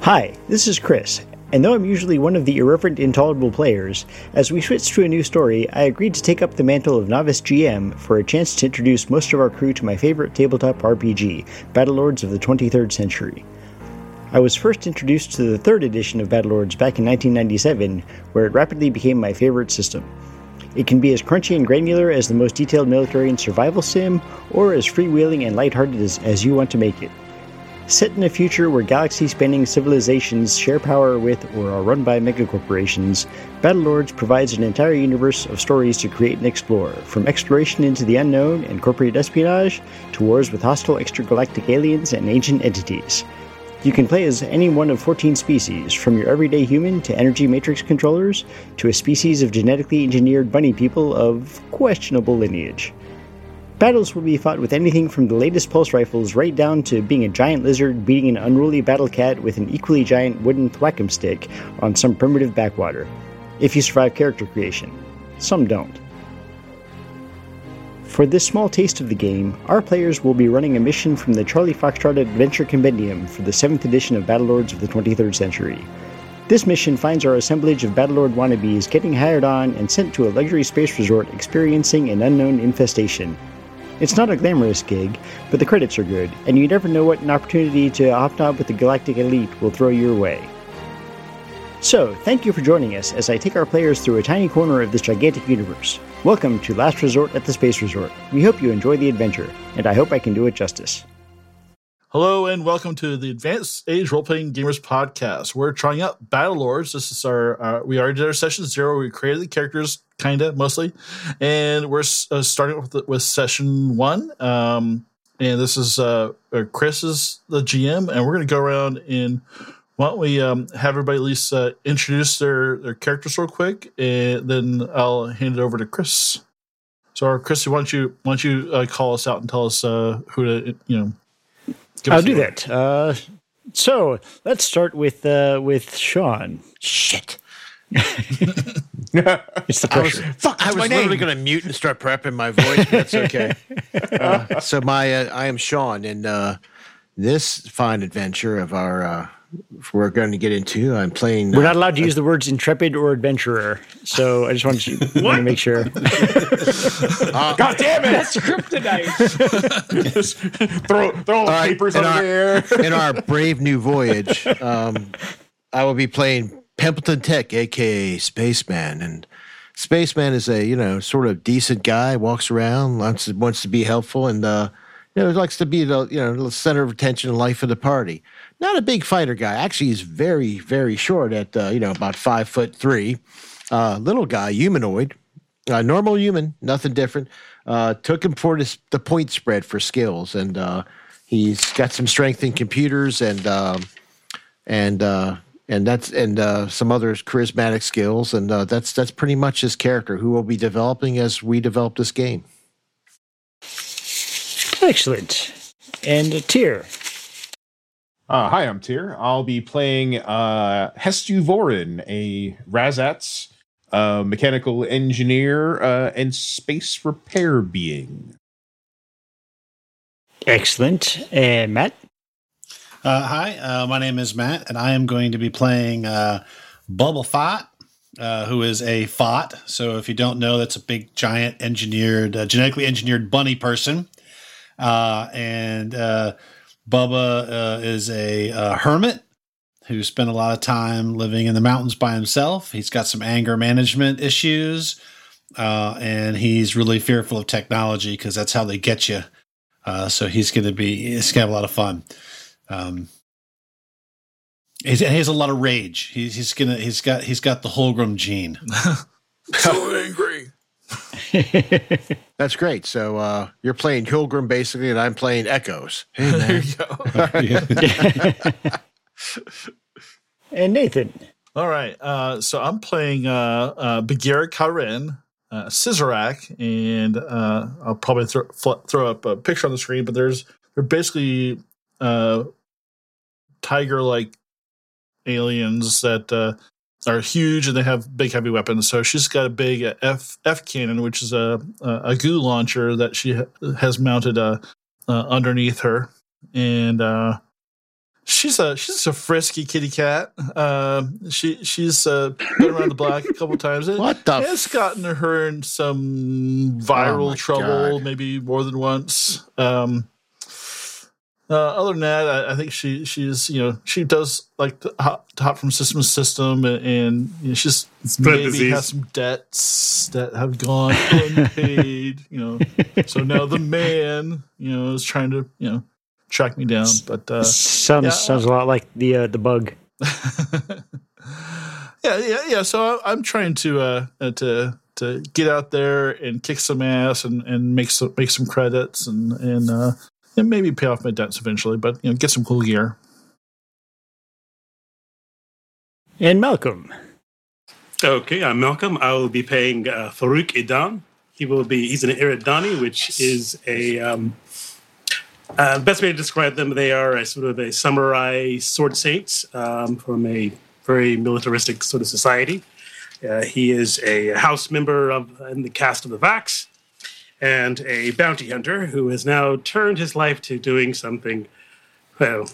Hi, this is Chris, and though I'm usually one of the irreverent, intolerable players, as we switch to a new story, I agreed to take up the mantle of novice GM for a chance to introduce most of our crew to my favorite tabletop RPG, Battlelords of the 23rd Century. I was first introduced to the third edition of Battlelords back in 1997, where it rapidly became my favorite system. It can be as crunchy and granular as the most detailed military and survival sim, or as freewheeling and lighthearted as, as you want to make it. Set in a future where galaxy spanning civilizations share power with or are run by megacorporations, Battlelords provides an entire universe of stories to create and explore, from exploration into the unknown and corporate espionage to wars with hostile extragalactic aliens and ancient entities. You can play as any one of 14 species, from your everyday human to energy matrix controllers to a species of genetically engineered bunny people of questionable lineage. Battles will be fought with anything from the latest pulse rifles right down to being a giant lizard beating an unruly battle cat with an equally giant wooden thwackum stick on some primitive backwater, if you survive character creation. Some don't. For this small taste of the game, our players will be running a mission from the Charlie Foxtrot Adventure Compendium for the 7th edition of Battlelords of the 23rd Century. This mission finds our assemblage of Battlelord wannabes getting hired on and sent to a luxury space resort experiencing an unknown infestation. It's not a glamorous gig, but the credits are good, and you never know what an opportunity to hobnob with the galactic elite will throw your way. So, thank you for joining us as I take our players through a tiny corner of this gigantic universe. Welcome to Last Resort at the Space Resort. We hope you enjoy the adventure, and I hope I can do it justice. Hello and welcome to the Advanced Age Role Playing Gamers Podcast. We're trying out Battle Lords. This is our uh, we already did our session zero. We created the characters kinda mostly, and we're uh, starting with with session one. Um, and this is uh, uh, Chris is the GM, and we're going to go around and why don't we um, have everybody at least uh, introduce their their characters real quick, and then I'll hand it over to Chris. So, Chris, why don't you why don't you uh, call us out and tell us uh, who to you know. give I'll us do your- that. Uh, so let's start with uh, with Sean. Shit. It's the I was, pressure. fuck, I my was literally name. going to mute and start prepping my voice, but that's okay. Uh, so my, uh, I am Sean, and uh, this fine adventure of our, uh, we're going to get into. I'm playing. We're uh, not allowed to use the words intrepid or adventurer, so I just wanted to, wanted to make sure. Uh, God damn it! That's kryptonite. Just throw throw all the right, papers and under I- the air. in our brave new voyage, um, I will be playing Pimpleton Tech, aka Spaceman, and Spaceman is a you know sort of decent guy, walks around, wants to, wants to be helpful, and uh, you know likes to be the you know the center of attention, and life of the party. Not a big fighter guy. Actually, he's very very short at uh, you know about five foot three. Uh, little guy, humanoid, uh, normal human, nothing different. Uh, took him for this, the point spread for skills, and uh, he's got some strength in computers and um, and uh, and that's and uh, some other charismatic skills, and uh, that's that's pretty much his character, who will be developing as we develop this game. Excellent. And a tier. Uh, hi, I'm Tyr. I'll be playing uh, Hestu Vorin, a Razatz uh, mechanical engineer uh, and space repair being. Excellent. And Matt. Uh, hi, uh, my name is Matt, and I am going to be playing uh, Bubble Fott, uh, who is a Fott. So, if you don't know, that's a big, giant, engineered, uh, genetically engineered bunny person. Uh, and uh, Bubba uh, is a uh, hermit who spent a lot of time living in the mountains by himself. He's got some anger management issues, uh, and he's really fearful of technology because that's how they get you. Uh, so he's going to be he's going to have a lot of fun. Um, he's, and he has a lot of rage. He's, he's gonna. He's got. He's got the Holgram gene. so angry. That's great. So uh, you're playing Hilgrim basically, and I'm playing Echoes. Hey, There man. you go. and Nathan. All right. Uh, so I'm playing uh, uh, Bagheera Karen, uh, Scissorak, and uh, I'll probably throw, fl- throw up a picture on the screen. But there's they're basically uh, tiger-like aliens that uh, are huge and they have big heavy weapons. So she's got a big uh, F F cannon, which is a a a goo launcher that she ha- has mounted uh, uh, underneath her, and uh, she's a she's a frisky kitty cat. Um, she she's uh, been around the block a couple times. It- What the It's gotten her in some viral Oh my trouble, God. maybe more than once. Um, uh, other than that, I, I think she she's you know she does like to hop, to hop from system to system, and, and you know, she's blood maybe disease. has some debts that have gone unpaid. you know, so now the man you know is trying to you know track me down, but. Uh, sounds yeah. sounds a lot like the uh, the bug. yeah, yeah, yeah. So I, I'm trying to uh, uh, to to get out there and kick some ass and, and make some make some credits and and uh, and maybe pay off my debts eventually, but you know, get some cool gear. And Malcolm, Okay, I'm Malcolm. I will be playing uh, Farouk Idam. He will be, he's an Iridani, which is a, um, uh, the best way to describe them, they are a sort of a samurai sword saint um, from a very militaristic sort of society. Uh, he is a house member of in the cast of the Vax and a bounty hunter who has now turned his life to doing something, well,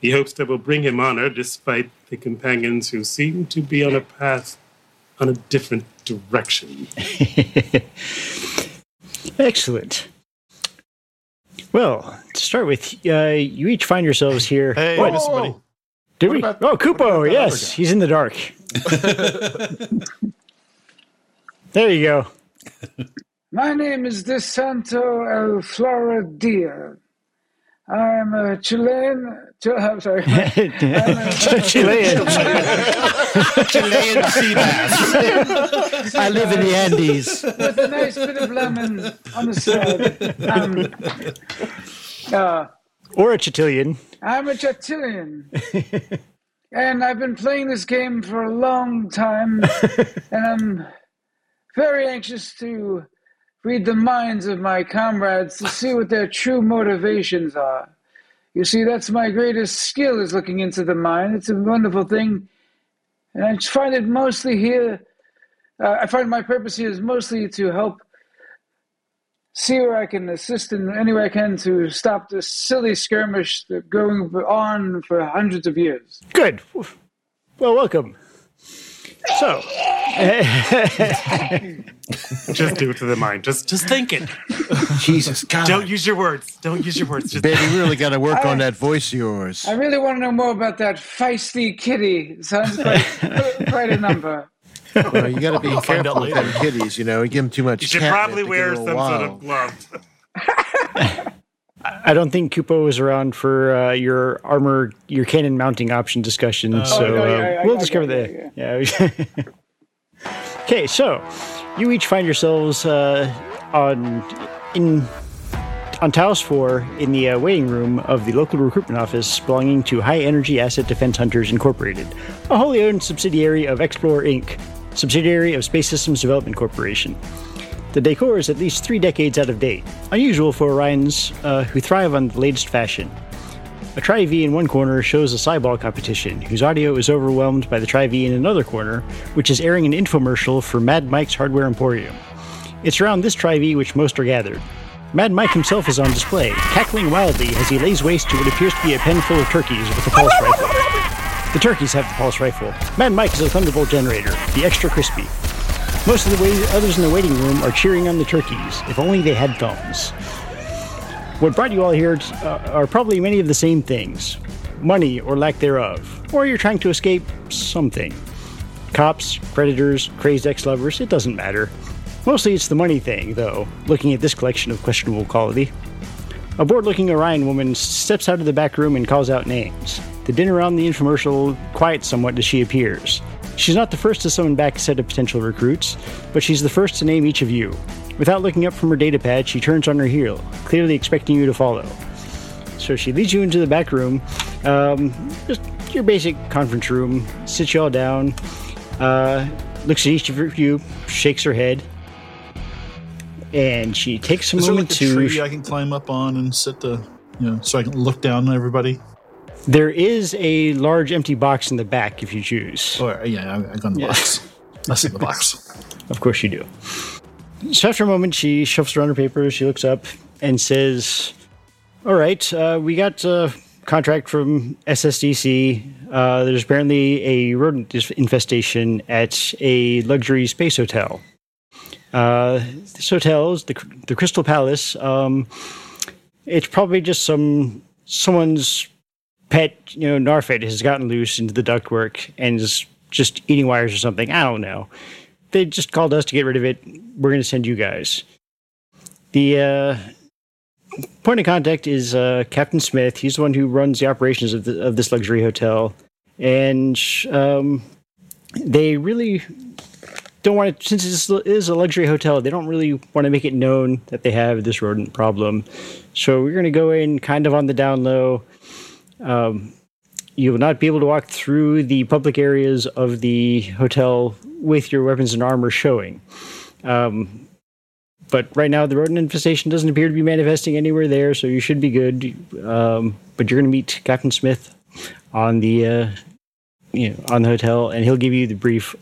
he hopes that will bring him honor despite the companions who seem to be on a path on a different direction. excellent. Well, to start with, uh, you each find yourselves here. Hey, I What? missed somebody. Did What we? about- oh, what about Kupo. that Yes, other guy? he's in the dark. there you go. My name is De Santo El Floridía. I'm a Chilean. Ch- I'm sorry. Chilean. Chilean sea bass. I live in the Andes. With a nice bit of lemon on the side. Um, uh, or a Chitilian. I'm a Chatilian. and I've been playing this game for a long time. and I'm very anxious to read the minds of my comrades to see what their true motivations are. You see, that's my greatest skill is looking into the mind. It's a wonderful thing. And I just find it mostly here. Uh, I find my purpose here is mostly to help see where I can assist in any way I can to stop this silly skirmish that's going on for hundreds of years. Good. Well, welcome. So, Just do it to the mind. Just just think it. Jesus God. Don't use your words. Don't use your words. Just Baby, you really got to work on that voice of yours. I really want to know more about that feisty kitty. Sounds quite, quite a number. Well, you got to be find careful out with later. them kitties. You know, you give them too much. you should catnip, probably they get wear a little some sort of wild. glove. I don't think Kupo was around for uh, your armor, your cannon mounting option discussion. so Oh, no, yeah, uh, yeah, we'll I- I discover that. got it, Yeah. okay, so you each find yourselves uh, on in on Taos Four in the uh, waiting room of the local recruitment office belonging to High Energy Asset Defense Hunters Incorporated, a wholly owned subsidiary of Explore Inc., subsidiary of Space Systems Development Corporation. The decor is at least three decades out of date, unusual for Orions uh, who thrive on the latest fashion. A Tri V in one corner shows a Cyball competition, whose audio is overwhelmed by the Tri V in another corner, which is airing an infomercial for Mad Mike's Hardware Emporium. It's around this Tri V which most are gathered. Mad Mike himself is on display, cackling wildly as he lays waste to what appears to be a pen full of turkeys with a pulse rifle. The turkeys have the pulse rifle. Mad Mike is a Thunderbolt generator, the extra crispy. Most of the wait- others in the waiting room are cheering on the turkeys. If only they had thumbs. What brought you all here t- uh, are probably many of the same things money or lack thereof, or you're trying to escape something. Cops, predators, crazed ex lovers, it doesn't matter. Mostly it's the money thing, though, looking at this collection of questionable quality. A bored looking Orion woman steps out of the back room and calls out names. The dinner on the infomercial quiets somewhat as she appears. She's not the first to summon back a set of potential recruits, but she's the first to name each of you. Without looking up from her datapad, she turns on her heel, clearly expecting you to follow. So she leads you into the back room, um, just your basic conference room, sits you all down, uh, looks at each of you, shakes her head, and she takes a Is there moment like a to. tree I can climb up on and sit the you know so I can look down on everybody? There is a large empty box in the back if you choose. Or uh, yeah, I, I go in the box. I sit in the box. Of course you do. So after a moment, she shuffles around her papers, she looks up and says, All right, uh, we got uh, contract from SSDC. Uh, there's apparently a rodent dis- infestation at a luxury space hotel. Uh, this hotel is the, the Crystal Palace. Um, it's probably just some someone's pet, you know, Narfed has gotten loose into the ductwork and is just eating wires or something. I don't know. They just called us to get rid of it. We're going to send you guys. The uh, point of contact is uh, Captain Smith. He's the one who runs the operations of, the, of this luxury hotel, and um, they really don't want to. Since this is a luxury hotel, they don't really want to make it known that they have this rodent problem. So we're going to go in kind of on the down low. Um, you will not be able to walk through the public areas of the hotel with your weapons and armor showing. Um, but right now the rodent infestation doesn't appear to be manifesting anywhere there, so you should be good. Um, but you're going to meet Captain Smith on the uh, you know on the hotel, and he'll give you the brief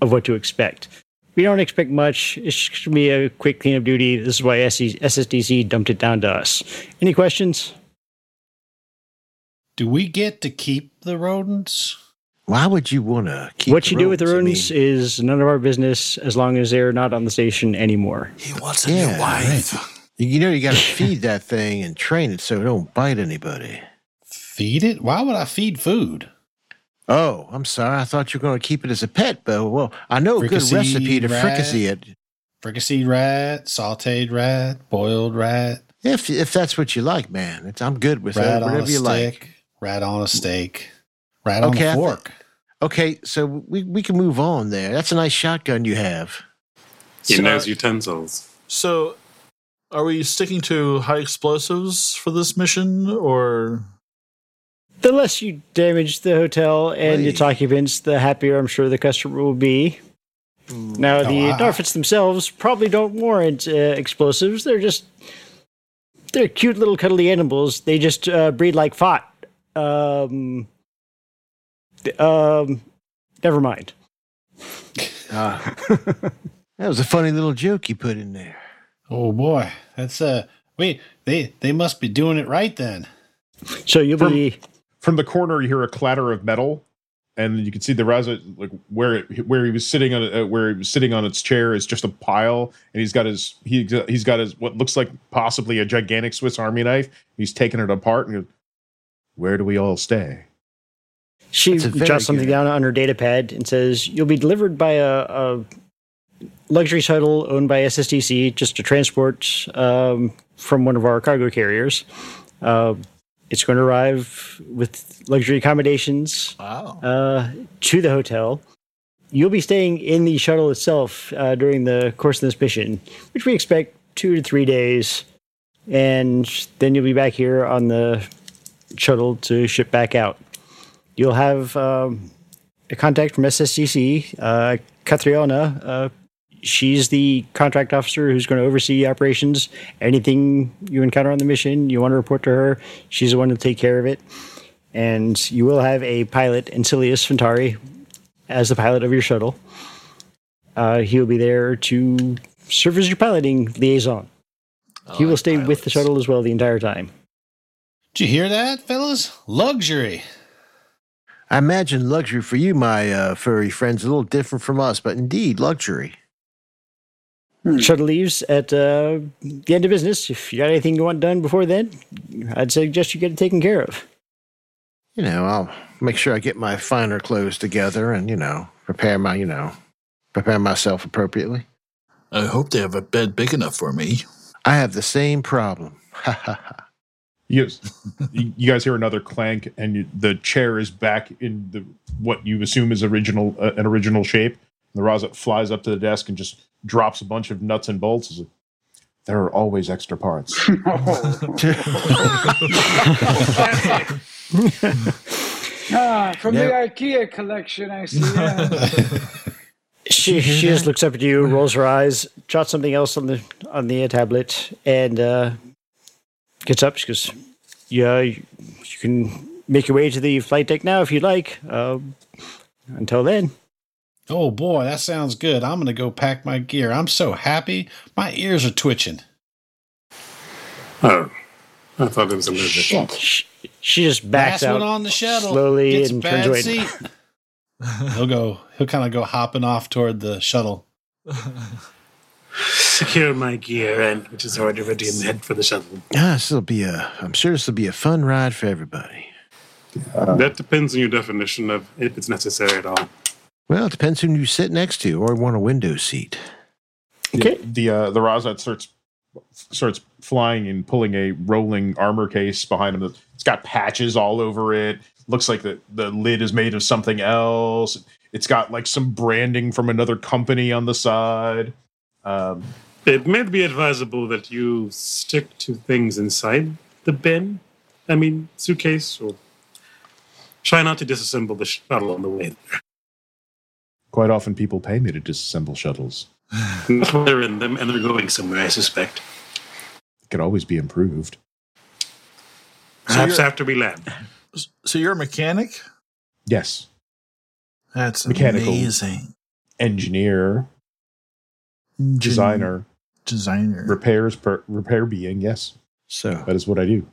of what to expect. We don't expect much. It's just going to be a quick cleanup duty. This is why SC- SSDC dumped it down to us. Any questions? Do we get to keep the rodents? Why would you want to keep what you do with the rodents I is none of our business as long as they're not on the station anymore. He wants mean, yeah, right. You- You know you got to feed that thing and train it so it don't bite anybody. Feed it? Why would I feed food? Oh, I'm sorry. I thought you were going to keep it as a pet, but well, I know a good Fricassee recipe to rat. fricassee it. Fricasseed rat, sauteed rat, boiled rat, If if that's what you like, man, it's, I'm good with rat that. on a Whatever you stick, like. rat on a steak, rat Okay, I on a thi- fork. Okay, so we, we can move on there. That's a nice shotgun you have. So- In those utensils. So, are we sticking to high explosives for this mission, or The less you damage the hotel and its Right. occupants, the happier I'm sure the customer will be. Mm, Now, the Oh, I- Darfits themselves probably don't warrant uh, explosives. They're just they're cute little cuddly animals. They just uh, breed like fat. Um, th- um, never mind. Ah, that was a funny little joke you put in there. Oh boy, that's uh wait they they must be doing it right then. So you'll be From the corner, you hear a clatter of metal, and you can see the Raza like where it, where he was sitting on uh, where he was sitting on its chair is just a pile, and he's got his he he's got his what looks like possibly a gigantic Swiss Army knife. He's taking it apart and. goes, Where do we all stay? She That's a very jots something good- down on her data pad and says, You'll be delivered by a, a luxury shuttle owned by SSDC just to transport um, from one of our cargo carriers. Uh, it's going to arrive with luxury accommodations Wow. uh, to the hotel. You'll be staying in the shuttle itself uh, during the course of this mission, which we expect two to three days. And then you'll be back here on the shuttle to ship back out. You'll have um, a contact from SSCC, uh, Catriona. Uh, she's the contract officer who's going to oversee operations. Anything you encounter on the mission, you want to report to her. She's the one to take care of it and you will have a pilot, Ancilius Fentari, as the pilot of your shuttle. Uh, he'll be there to serve as your piloting liaison. he will Oh, stay with the shuttle as well the entire time. Did you hear that, fellas? Luxury. I imagine luxury for you, my uh, furry friends, a little different from us, but indeed luxury. Shuttle leaves at uh, the end of business. If you got anything you want done before then, I'd suggest you get it taken care of. You know, I'll make sure I get my finer clothes together and you know prepare my you know prepare myself appropriately. I hope they have a bed big enough for me. I have the same problem. Ha ha ha. You guys, you you guys hear another clank, and you, the chair is back in the what you assume is original uh, an original shape. And the Razat flies up to the desk and just drops a bunch of nuts and bolts. He's like, there are always extra parts. Oh. ah, from Now- the IKEA collection, I see. Yeah. She, she just looks up at you, rolls her eyes, jots something else on the on the tablet, and uh, gets up. She goes, "Yeah, you, you can make your way to the flight deck now if you'd like. Um, until then, Oh boy, that sounds good. I'm gonna go pack my gear. I'm so happy. My ears are twitching. Oh, I thought it was a little bit. Shit. she, She just backs Last out one on the shuttle slowly gets a and bad turns away. seat. he'll go. He'll kind of go hopping off toward the shuttle. Secure my gear, and which is already ready in the head for the shuttle. Ah, this will be a. I'm sure this will be a fun ride for everybody. that depends on your definition of if it's necessary at all. Well, it depends who you sit next to, or want a window seat. Okay. The uh, the Razat starts starts flying and pulling a rolling armor case behind him. It's got patches all over it. Looks like the the lid is made of something else. It's got like some branding from another company on the side. Um, It may be advisable that you stick to things inside the bin. I mean, suitcase, or try not to disassemble the shuttle on the way. quite often, people pay me to disassemble shuttles. they're in them, and they're going somewhere. I suspect. It could always be improved. Perhaps you're- after we land. So you're a mechanic? Yes, That's Mechanical. amazing. engineer, designer, Designer. repairs, per, repair being. Yes, So, that is what I do.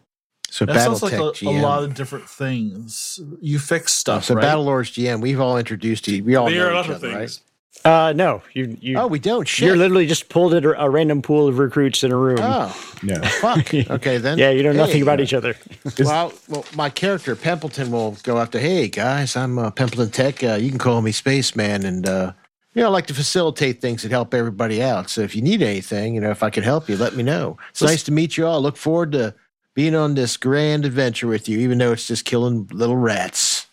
so that sounds like BattleTech a, a GM. lot of different things. You fix stuff, so right? Battle Lords GM. We've all introduced you. We all There are know a each lot other, of things. Uh, no, you you right? Oh, we don't. Shit. you're literally just pulled at a, a random pool of recruits in a room. oh, No. fuck. Okay, then. Yeah, you know nothing Hey. uh, about each other. Well, well, my character Pimpleton will go after. Hey guys, I'm uh, Pimpleton Tech. Uh, you can call me Spaceman, and uh, you know I like to facilitate things and help everybody out. So if you need anything, you know if I can help you, let me know. It's nice to meet you all. I look forward to being on this grand adventure with you, even though it's just killing little rats.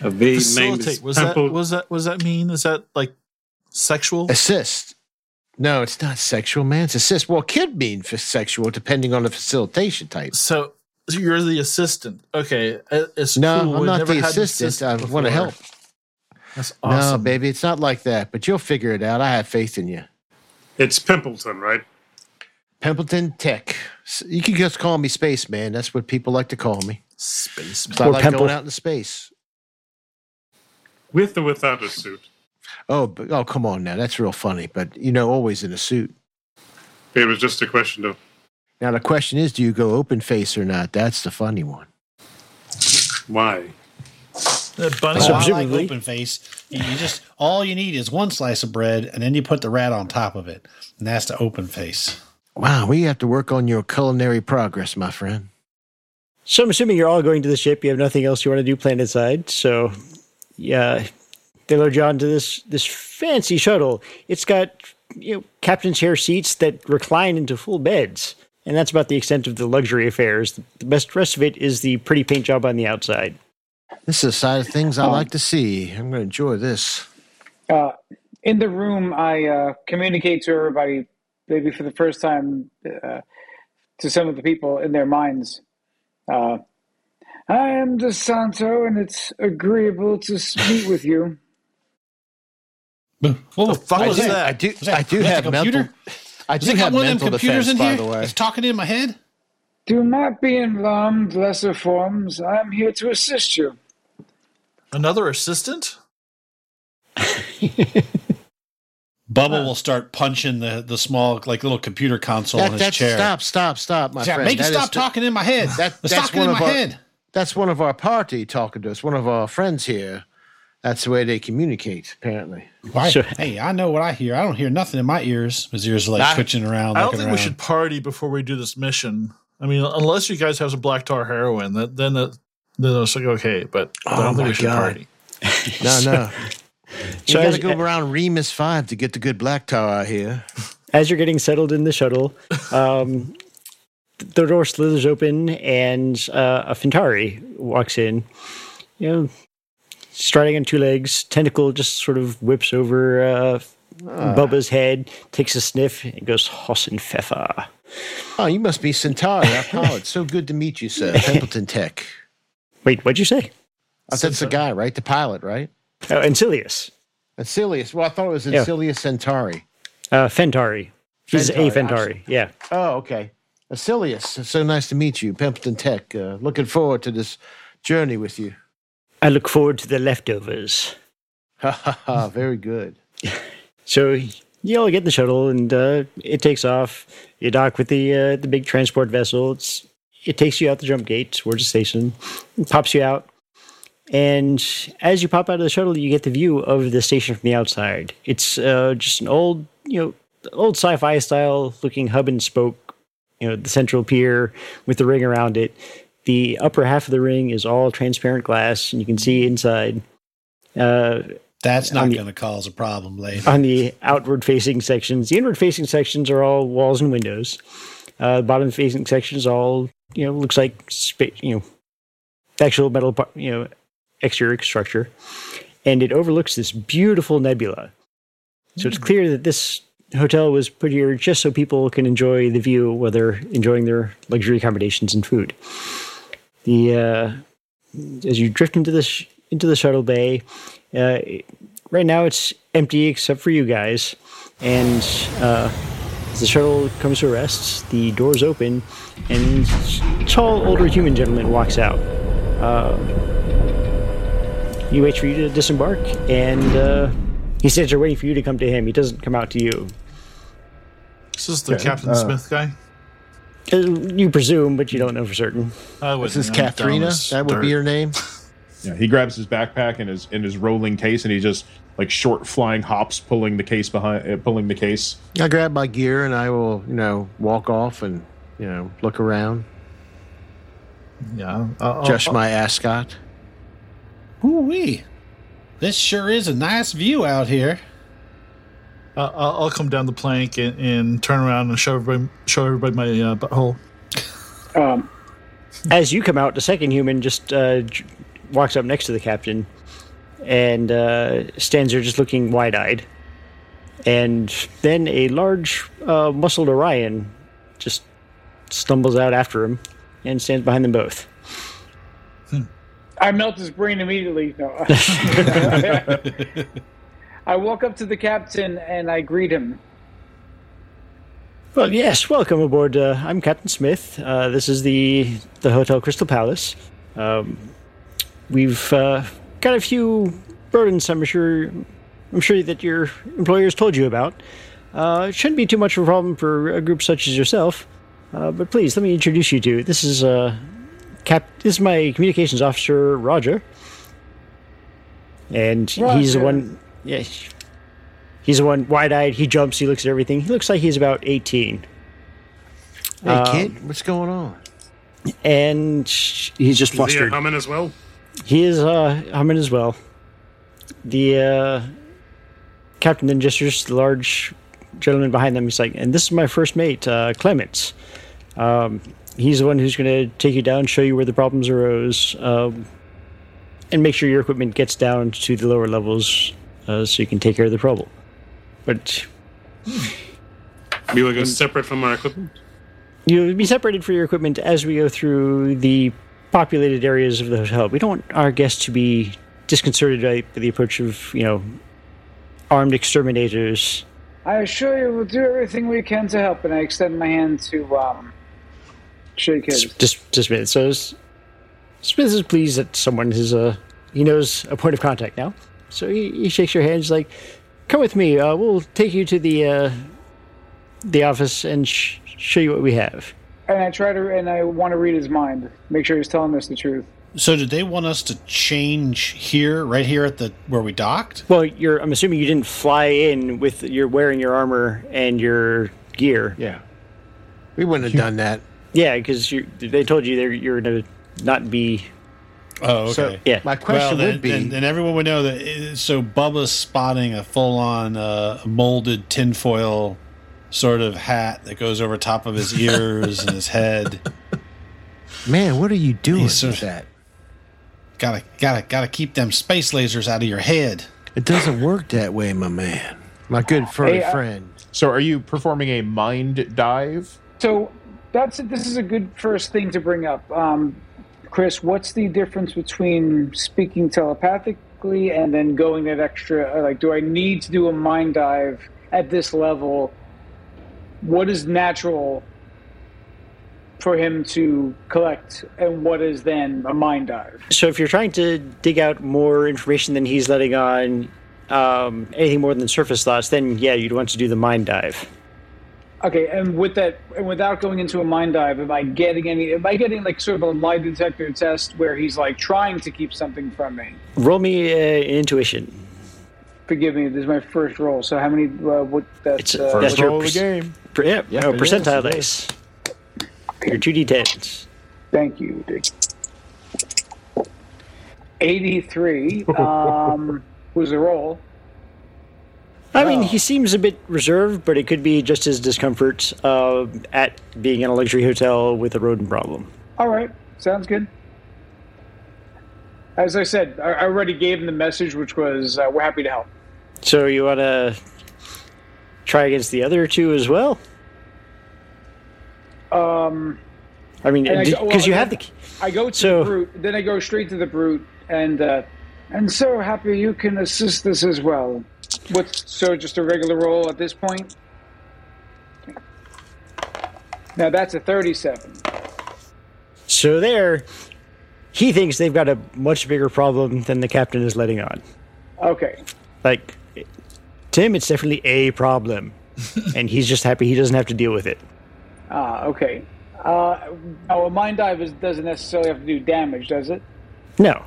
A V Facilitate. Was that, was that was that mean? Is that like sexual? Assist. No, it's not sexual, man. It's assist. Well, it could mean f- sexual depending on the facilitation type. So you're the assistant. Okay, it- it's No, cool. I'm We've not never the had an assistant. I want before. to help. That's awesome, No, baby, it's not like that. But you'll figure it out. I have faith in you. It's Pimpleton, right? Pimpleton Tech. S- You can just call me Spaceman. That's what people like to call me. Spaceman. 'Cause I Or like Pimple. going out into space. With or without a suit. Oh, but, oh, come on now. That's real funny. But you know, always in a suit. It was just a question of Now the question is, do you go open face or not? That's the funny one. why. Uh, bunny. So Oh, I like presumably- open face. You you just all you need is one slice of bread, and then you put the rat on top of it, and that's the open face. Wow, we have to work on your culinary progress, my friend. So I'm assuming you're all going to the ship. You have nothing else you want to do planet side. So, yeah, they load you onto this this fancy shuttle. It's got you know captain's chair seats that recline into full beds, and that's about the extent of the luxury affairs. The best rest of it is the pretty paint job on the outside. This is the side of things I like to see. I'm going to enjoy this. Uh, in the room, I uh, communicate to everybody, maybe for the first time, uh, to some of the people in their minds. Uh, I am DeSanto, and it's agreeable to meet with you. What The fuck what was was that? I do. that- I do was that have the computer? mental. I Does do it got have one of mental them computers defense, in by here? the way. It's talking in my head. Do not be alarmed, lesser forms. I am here to assist you. Another assistant. Bubba will start punching the the small like little computer console That- in his that's- chair. Stop! Stop! Stop, my Yeah, friend. make it That is stop the- talking in my head. That- it's that's talking one in of my our- head. that's one of our party talking to us, one of our friends here. That's the way they communicate, apparently. Why? Sure. Hey, I know what I hear. I don't hear nothing in my ears. His ears are like I- twitching around. I don't looking think around. uh, we should party before we do this mission. I mean, unless you guys have some black tar heroin, that, then that, then it's like okay. But I Oh don't think my we should God. party. No, no. you So got as, to go around Remus 5 to get the good black tar out here. as you're getting settled in the shuttle, um, the door slithers open and uh, a Fintari walks in. You know, striding on two legs, tentacle just sort of whips over uh, Bubba's head, takes a sniff, and goes Hossen Pfeffer. Oh, you must be Centauri. Apollo, it's so good to meet you, sir. Templeton Tech. Wait, what'd you say? Oh, that's the guy, right? The pilot, right? Oh, Ancilius, Ancilius. Well, I thought it was Yeah. Ancilius Centauri. uh, Fentari. He's a Fentari, I'm Fentari. Yeah. Oh, okay. Ancilius, it's so nice to meet you, Pimpleton Tech. Uh, looking forward to this journey with you. I look forward to the leftovers. Ha ha ha. Very good. So you all get in the shuttle and uh, it takes off. You dock with the uh, the big transport vessel. It's It takes you out the jump gate towards the station, pops you out, and as you pop out of the shuttle, you get the view of the station from the outside. It's uh, just an old, you know, old sci-fi style looking hub and spoke. You know, the central pier with the ring around it. The upper half of the ring is all transparent glass, and you can see inside. Uh, That's On not the- going to cause a problem later. on the outward facing sections. The inward facing sections are all walls and windows. Uh, bottom facing sections all you know looks like spa- you know actual metal par- you know exterior structure, and it overlooks this beautiful nebula. So it's clear that this hotel was put here just so people can enjoy the view while they're enjoying their luxury accommodations and food. The uh, as you drift into this into the shuttle bay, uh, right now it's empty except for you guys. And uh, as the shuttle comes to rest, the doors open, and a tall older human gentleman walks out. Uh, you wait for you to disembark, and uh, he stands there waiting for you to come to him. He doesn't come out to you. Is this the Okay, Captain uh, Smith guy? Uh, You presume, but you don't know for certain. I wouldn't This is know. I'm down Katharina. this That would dirt. be her name. Yeah, he grabs his backpack and his and his rolling case, and he just like short flying hops, pulling the case behind, uh, pulling the case. I grab my gear and I will, you know, walk off and you know look around, Yeah. I'll- I'll- adjust my ascot. Ooh wee! This sure is a nice view out here. I'll, I'll- I'll come down the plank and, and turn around and show everybody, show everybody my uh, butthole. Um, As you come out, the second human just uh, j- walks up next to the captain and uh, stands there just looking wide eyed. And then a large, uh, muscled Orion just stumbles out after him and stands behind them both. I melt his brain immediately. No. I walk up to the captain and I greet him. Well, yes, welcome aboard. Uh, I'm Captain Smith. Uh, this is the the Hotel Crystal Palace. Um, we've uh, got a few burdens. I'm sure, I'm sure that your employers told you about. Uh, it shouldn't be too much of a problem for a group such as yourself. Uh, but please, let me introduce you to. This is uh, Cap. This is my communications officer, Roger. And he's the Roger. one. Yes. He's the one wide-eyed. He jumps. He looks at everything. He looks like he's about 18. Hey Um, kid, what's going on? and he's just Is he a flustered. humming as well? He is uh, humming as well. The uh, captain then gestures to the large gentleman behind them. He's like, "And this is my first mate, uh, Clements. Um, he's the one who's going to take you down, show you where the problems arose, um, and make sure your equipment gets down to the lower levels uh, so you can take care of the problem." But We will go separate from our equipment. You'll be separated for your equipment as we go through the populated areas of the hotel. We don't want our guests to be disconcerted by by the approach of, you know, armed exterminators. I assure you, we'll do everything we can to help. And I extend my hand to um, shake his. Just, just Smith. So S- Smith is pleased that someone is uh he knows a point of contact now. So he, he shakes your hand. He's like, "Come with me. Uh, we'll take you to the uh, the office and sh- show you what we have." And I try to, and I want to read his mind, make sure he's telling us the truth. So, did they want us to change here, right here at the where we docked? Well, you're. I'm assuming you didn't fly in with you're wearing your armor and your gear. Yeah, we wouldn't have done that. Yeah, because they told you they're, you're gonna not be. Oh, okay. So Yeah. my question well, then, would be: then, then everyone would know that. It, so Bubba's spotting a full-on uh, molded tinfoil sort of hat that goes over top of his ears and his head. Man, what are you doing He's sort with of- that? Gotta, gotta, gotta keep them space lasers out of your head. It doesn't work that way, my man. My good furry Hey, I- friend. So, are you performing a mind dive? So that's this is a good first thing to bring up, um, Chris. What's the difference between speaking telepathically and then going that extra? uh, Like, do I need to do a mind dive at this level? What is natural for him to collect, and what is then a mind dive? So if you're trying to dig out more information than he's letting on, um, anything more than surface thoughts, then yeah, you'd want to do the mind dive. Okay, and with that, and without going into a mind dive, am I getting any? Am I getting like sort of a lie detector test where he's like trying to keep something from me? Roll me uh, intuition. Forgive me, this is my first roll. So how many? Uh, what? It's That's a uh, first what- your Roll the perc- game. Per- yeah, Yeah, no, it is, percentile it dice. Your two d10s. Thank you, Dick. Eighty-three um, was the roll. I mean, he seems a bit reserved, but it could be just his discomfort uh, at being in a luxury hotel with a rodent problem. All right, sounds good. As I said, I I already gave him the message, which was uh, we're happy to help. So you want to try against the other two as well? Um, I mean, And I because go- well, you I- have the I go to So- the brute, then I go straight to the brute, and uh, and so happy you can assist this as well. What? So just a regular roll at this point. Now that's a thirty-seven. so there. He thinks they've got a much bigger problem than the captain is letting on. Okay, Like, to him, it's definitely a problem, and he's just happy he doesn't have to deal with it. ah, okay. Uh, now a mind dive is, doesn't necessarily have to do damage, does it? No,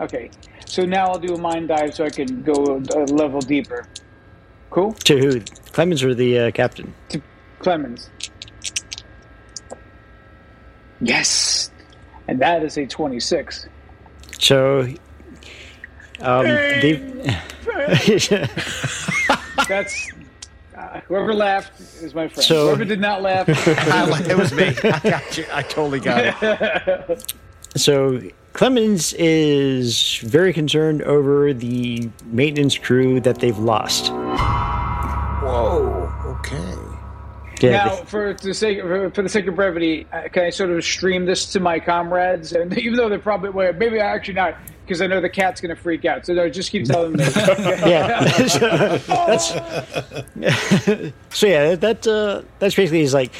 Okay, so now I'll do a mind dive so I can go a level deeper. Cool, to who? Clemens or the uh, captain? to Clemens. Yes, and that is a twenty-six. So, um, they've- That's uh, whoever laughed is my friend. So- whoever did not laugh, it was me. I got you. I totally got it. so Clemens is very concerned over the maintenance crew that they've lost. Whoa. Okay. Yeah, now they- for the sake for, for the sake of brevity, uh, can I sort of stream this to my comrades? And even though they're probably well, maybe I actually not because I know the cat's going to freak out. So no, just keep telling them. yeah. that's so. Yeah, that uh, that's basically he's like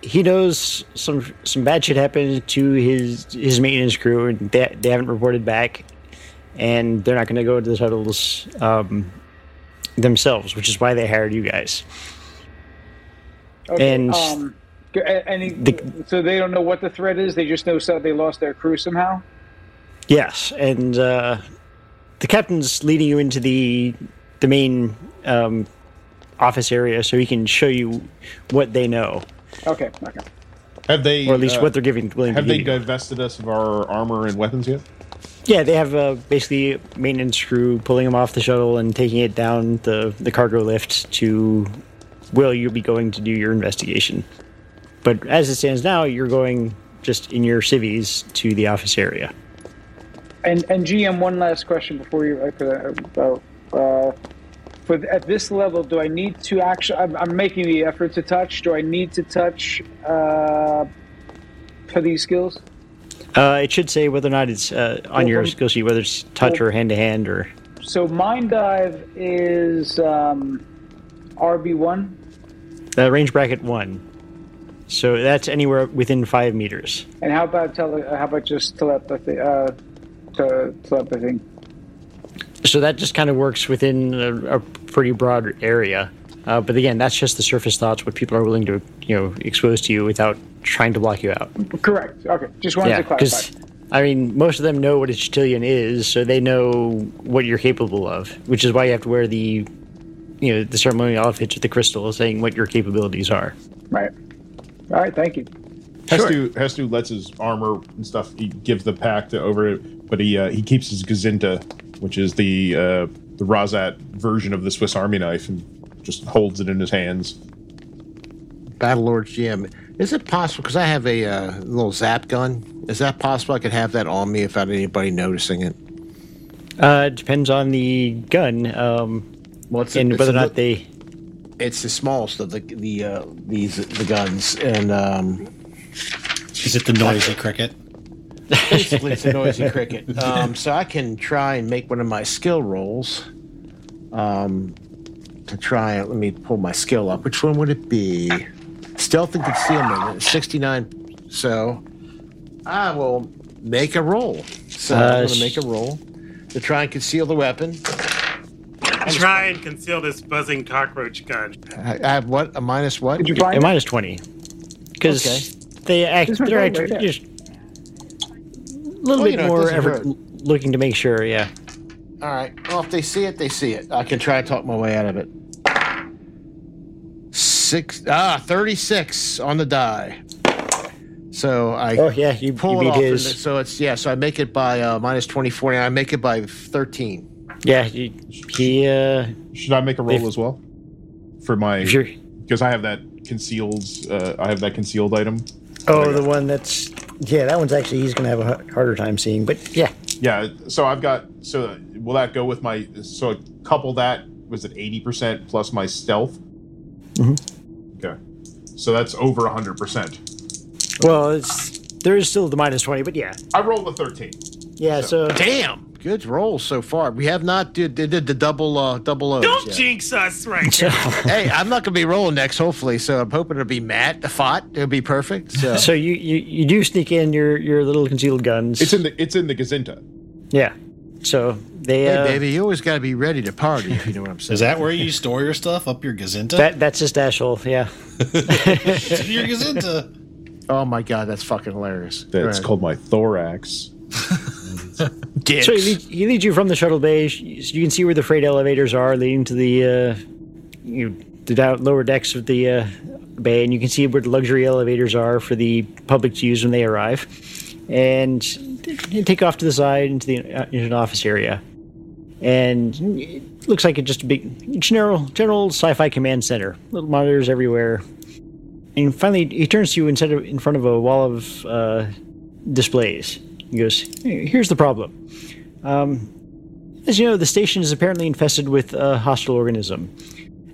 he knows some some bad shit happened to his his maintenance crew, and they they haven't reported back, and they're not going to go to the shuttles um, themselves, which is why they hired you guys. Okay, And- um, g- a- any, The- so they don't know what the threat is. They just know so they lost their crew somehow. Yes, and uh, the captain's leading you into the the main um, office area so he can show you what they know, Okay, okay. Have they? or at least uh, what they're giving. Willing have to they give you. divested us of our armor and weapons yet? Yeah, they have uh, basically maintenance crew pulling him off the shuttle and taking it down the, the cargo lift to where you'll be going to do your investigation. But as it stands now, you're going just in your civies to the office area. And and GM, one last question before you. uh, 'cause I- Uh, uh, for th- at this level, do I need to actually? I'm, I'm making the effort to touch. Do I need to touch uh, for these skills? Uh, it should say whether or not it's uh, on your Well, skill sheet, whether it's touch or hand to hand or. So mind dive is um, RB one. Uh, range bracket one. So that's anywhere within five meters. And how about tele? uh, How about just telepathy? Uh, te- telepathy. So that just kind of works within a, a pretty broad area. Uh, but again, that's just the surface thoughts, what people are willing to, you know, expose to you without trying to block you out. Correct. Okay. Just wanted Yeah, to clarify. because I mean, most of them know what a chatilion is, so they know what you're capable of, which is why you have to wear the, you know, the ceremonial outfits with the crystal, saying what your capabilities are. Right. All right. Thank you. Hestu Hestu lets his armor and stuff. He gives the pack to over it, but he uh, he keeps his Gazinta, which is the uh, the Razat version of the Swiss Army knife, and just holds it in his hands. Battle Lord GM. Is it possible? Because I have a uh, little zap gun. Is that possible? I could have that on me without anybody noticing it. Uh, it depends on the gun, um, Well, it's and it's whether or a not li- they. It's the smallest of the the uh, these the guns, and um, Is it the noisy cricket? basically it's a noisy cricket. Um, so I can try and make one of my skill rolls. Um, to try and let me pull my skill up. Which one would it be? Stealth and concealment, sixty nine. So I will make a roll. So Uh, I'm going sh- to make a roll to try and conceal the weapon. try and conceal this buzzing cockroach gun. I, I have what a minus what? Did you find A it? minus twenty, because they act, This one's they're right actually there. just a little Well, bit you know, it more doesn't effort hurt. l- looking to make sure. Yeah, All right. Well, if they see it, they see it. I can try to talk my way out of it. Six ah, 36 on the die. So I Oh, yeah, you- you pull beat it off. and his. so it's yeah. So I make it by uh, minus 24, and I make it by 13. yeah. You, he uh, Should I make a roll If- as well for my if you're, because I have that concealed? Uh, I have that concealed item. oh, the one that's yeah, that one's actually he's gonna have a h- harder time seeing. But yeah, Yeah. So I've got. So uh, will that go with my? So couple that was it eighty percent plus my stealth. Mm-hmm. Okay. So that's over hundred percent. well, it's there is still the minus twenty, but yeah, I rolled a thirteen. yeah. So Damn, good roll so far. We have not did did, did the double uh, double O's. Don't yet. jinx us right so, Hey, I'm not gonna be rolling next, hopefully. So I'm hoping it'll be Matt the Fot. It'll be perfect. So so you, you you do sneak in your your little concealed guns. It's in the it's in the Gazinta. yeah. So they hey, uh, baby, you always got to be ready to party if you know what I'm saying. Is that where you store your stuff? Up your Gazinta? that that's his stash hole. Yeah. your Gazinta. Oh my god, that's fucking hilarious. That's Right. called my thorax. dicks. So he, lead, he leads you from the shuttle bay. sh- So you can see where the freight elevators are leading to the uh, you the down, lower decks of the uh, bay, and you can see where the luxury elevators are for the public to use when they arrive. And you take off to the side into the uh, into an office area, and it looks like it's just a big general general sci-fi command center. Little monitors everywhere. And finally, he turns to you instead of in front of a wall of uh, displays. He goes, "Here- "Here's the problem. As you know, the station is apparently infested with a hostile organism.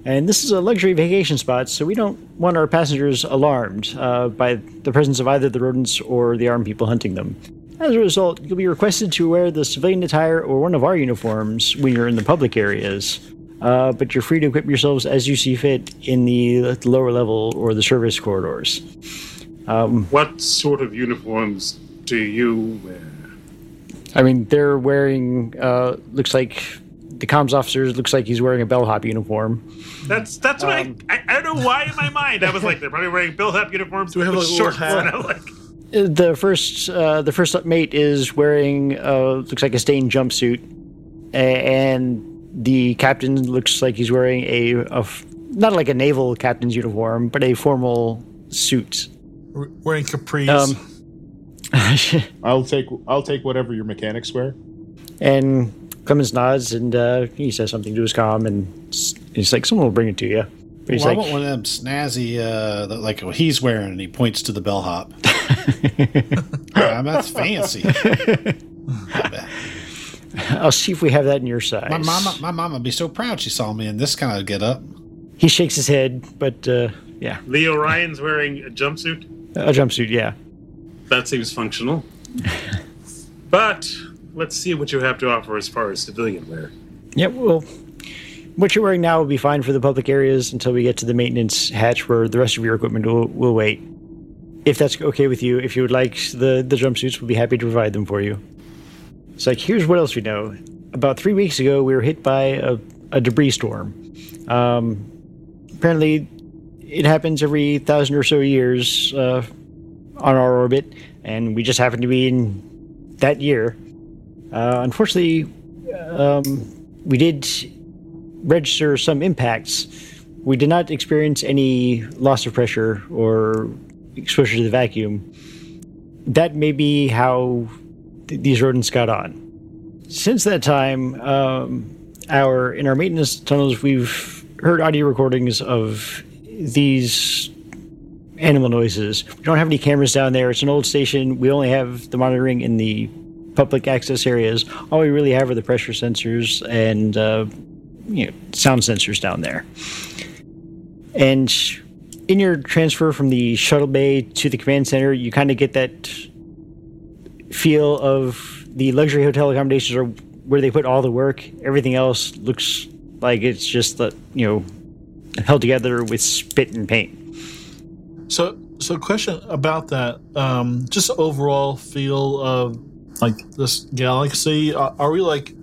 And this is a luxury vacation spot, so we don't want our passengers alarmed uh, by the presence of either the rodents or the armed people hunting them. As a result, you'll be requested to wear the civilian attire or one of our uniforms when you're in the public areas. Uh, but you're free to equip yourselves as you see fit in the lower level or the service corridors. What sort of uniforms do you wear? I mean, they're wearing, uh, looks like the comms officer looks like he's wearing a bellhop uniform. That's that's what I, I I don't know why in my mind I was like they're probably wearing build-up uniforms we have, with like, a little shorts hat? and I'm like the first uh, the first mate is wearing uh, looks like a stained jumpsuit, a- and the captain looks like he's wearing a, a f- not like a naval captain's uniform, but a formal suit. We're wearing capris. Um, I'll take I'll take whatever your mechanics wear. and Clemens nods and uh, he says something to his comm, and s- he's like, "Someone will bring it to you." But he's Well, like, I want one of them snazzy, uh, that- like what he's wearing, and he points to the bellhop. Um, that's fancy. "I'll see if we have that in your size." My mama, my mama, would be so proud she saw me in this kind of get up. He shakes his head, but uh, yeah, Leo Ryan's wearing a jumpsuit. a jumpsuit, yeah. That seems functional. but let's see what you have to offer as far as civilian wear. Yeah, well, what you're wearing now will be fine for the public areas until we get to the maintenance hatch where the rest of your equipment will, will wait. If that's okay with you, if you would like the, the jumpsuits, we'll be happy to provide them for you. It's like, here's what else we know. About three weeks ago, we were hit by a, a debris storm. Um, apparently, it happens every thousand or so years uh, on our orbit, and we just happened to be in that year. Uh, unfortunately, we did register some impacts. We did not experience any loss of pressure or exposure to the vacuum. That may be how th- these rodents got on. Since that time, um, our in our maintenance tunnels, we've heard audio recordings of these animal noises. We don't have any cameras down there. It's an old station. We only have the monitoring in the public access areas. All we really have are the pressure sensors and uh, you know, sound sensors down there. And in your transfer from the shuttle bay to the command center, you kind of get that feel of the luxury hotel accommodations are where they put all the work. Everything else looks like it's just that you know held together with spit and paint. So, so question about that. Um, just overall feel of like this galaxy. Are, are we like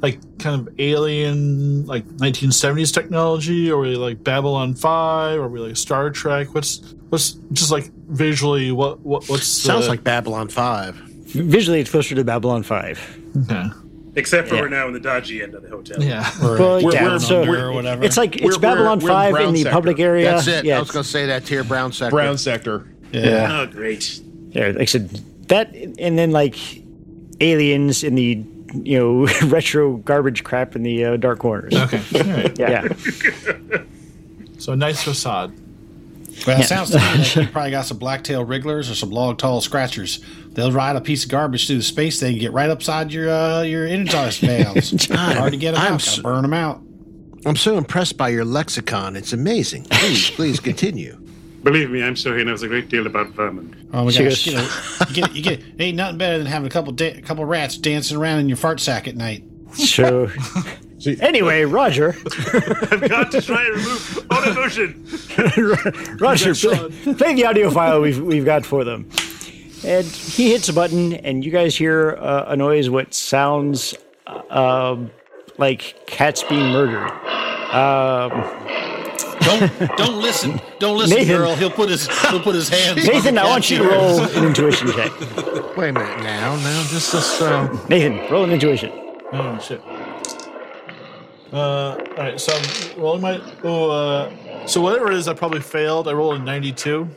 like kind of alien like 1970s technology or we like babylon 5 or we like star trek what's what's just like visually what, what what's Sounds the- like Babylon 5. Visually, it's closer to Babylon Five. yeah Except for we're now in the dodgy end of the hotel. yeah Or Well, down yeah, under so or whatever. It's like it's We're- we're- Babylon we're in Five in brown the sector. public area. That's it. Yeah, I was going to say that tier brown sector. Brown sector. yeah. Oh, great. yeah, like I said, that, and then like aliens in the you know retro garbage crap in the uh, dark corners. okay all right Yeah, so nice facade Well, it sounds to me like you probably got some blacktail wrigglers or some log tall scratchers. They'll ride a piece of garbage through the space they can get right upside your uh, your energized valves. Hard to get them I'm out. s- Gotta burn them out. I'm so impressed by your lexicon. It's amazing. Please, please continue. Believe me, I'm sure he knows a great deal about vermin. Oh my She gosh! goes- You know, you get, you get, ain't nothing better than having a couple da- a couple rats dancing around in your fart sack at night. so anyway, Roger, I've got to try and remove all emotion. Roger, play, play the audio file we've we've got for them. And he hits a button, and you guys hear uh, a noise. What sounds uh, um, like cats being murdered? Don't don't listen, don't listen, Nathan. girl. He'll put his he'll put his hands. on Nathan, the I want you to cat roll an intuition check. Wait a minute now. Now, just this. Uh, Nathan, roll an intuition. oh shit uh all right so i'm rolling my oh uh so whatever it is i probably failed i rolled a 92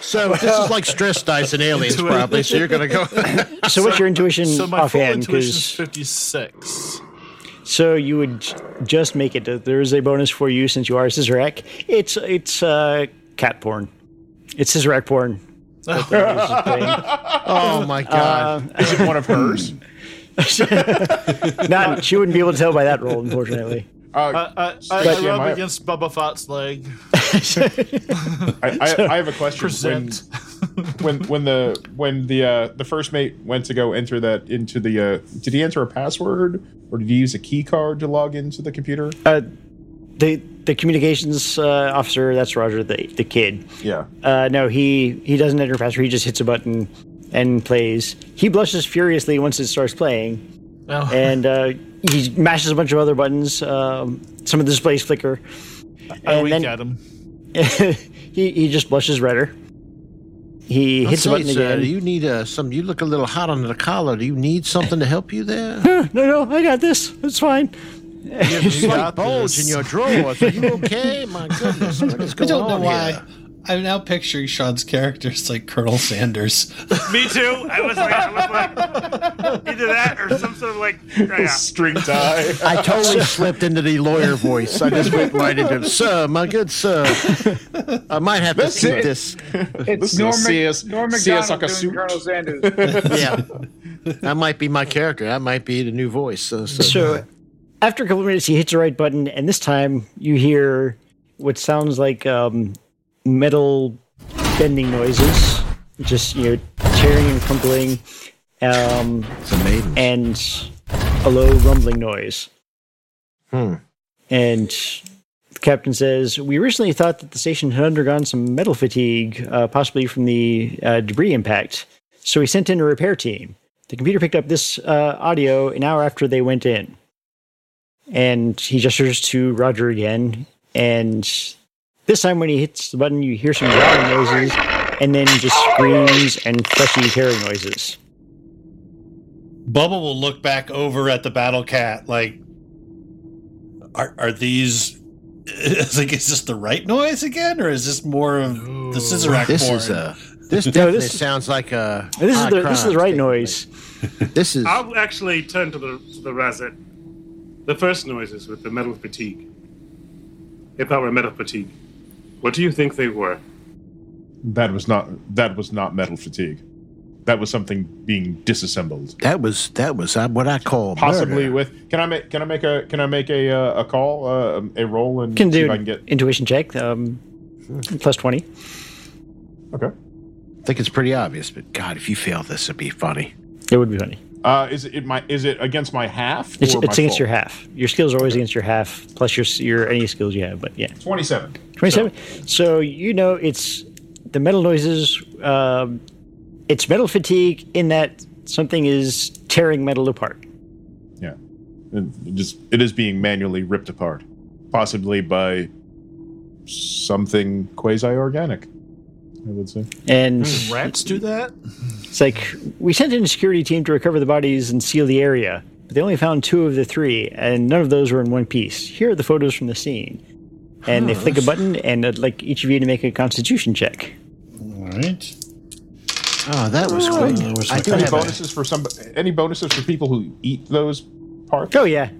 so this is like stress dice and aliens, probably. So you're going to go. So, what's your intuition so my full offhand? intuition is 'Cause- 56 so you would j- just make it. There is a bonus for you since you are a Scissorak. It's it's uh, cat porn. It's Scissorak porn. That's what I was just playing. oh my god! Uh, Is it one of hers? Not she wouldn't be able to tell by that roll, unfortunately. Uh, I, I, I But- rub my- against Bubba Fott's leg. I, I, I have a question. When, Present. when when the when the uh, the first mate went to go enter that into the uh, did he enter a password or did he use a key card to log into the computer? Uh, The the communications uh, officer, that's Roger, the the kid. Yeah. Uh, no, he he doesn't enter password. He just hits a button and plays. He blushes furiously once it starts playing. Oh. and uh, he mashes a bunch of other buttons. Um, some of the displays flicker. I And wink then at him. he, he just blushes redder. He hits a Say, button sir, again. do you need uh, some. You look a little hot under the collar. Do you need something to help you there? no, no, I got this. It's fine. There's a slight got bulge this. in your drawers. Are you okay? My goodness, what is I going don't know on why. here? I'm now picturing Sean's character as like Colonel Sanders. Me too. I was like, I was like, either that or some sort of like. Yeah. String tie. I totally slipped into the lawyer voice. I just went right into, sir, my good sir. I might have to That's keep it. this. This It's is Norm, a CS Norm McDonald CS like a doing suit. Colonel Sanders. Yeah, that might be my character. That might be the new voice. So, so. So after a couple of minutes, he hits the right button, and this time you hear what sounds like um, metal bending noises, just you know tearing and crumpling, um, it's a maiden. and a low rumbling noise. Hmm. And the captain says, We originally thought that the station had undergone some metal fatigue, uh, possibly from the uh, debris impact. So we sent in a repair team. The computer picked up this uh, audio an hour after they went in. And he gestures to Roger again. And this time, when he hits the button, you hear some growling noises and then just screams and fleshy tearing noises. Bubba will look back over at the battle cat like, are are these? It's like, is this the right noise again, or is this more of the Scissorak This porn? is uh, a. This No, definitely this is- sounds like a. This is, high the, this is crime the right statement. noise. This is. I'll actually turn to the to the Razet. The first noises with the metal fatigue. If I were metal fatigue, what do you think they were? That was not that was not metal fatigue. That was something being disassembled. That was that was uh, what I call Possibly murder. with can I make can I make a can I make a uh, a call uh, a roll and Can see do if I can get intuition check, um, plus 20. okay. I think it's pretty obvious, but God, if you fail this, it'd be funny. It would be funny. Uh, is it my is it against my half? It's, or it's my against your full? half. Your skills are always against your half, plus your your any skills you have. But yeah, Twenty-seven. twenty-seven. So, you know it's the metal noises. Um, it's metal fatigue in that something is tearing metal apart. Yeah. It just it is being manually ripped apart, possibly by something quasi organic. I would say. And Hmm. Rats do that? it's like, we sent in a security team to recover the bodies and seal the area, but they only found two of the three, and none of those were in one piece. Here are the photos from the scene. And they flick a button, and I'd like each of you to make a constitution check. All right. Oh, that was quick. Oh, where's I my do phone? Any have a, bonuses for some? Any bonuses for people who eat those parts? Oh, yeah.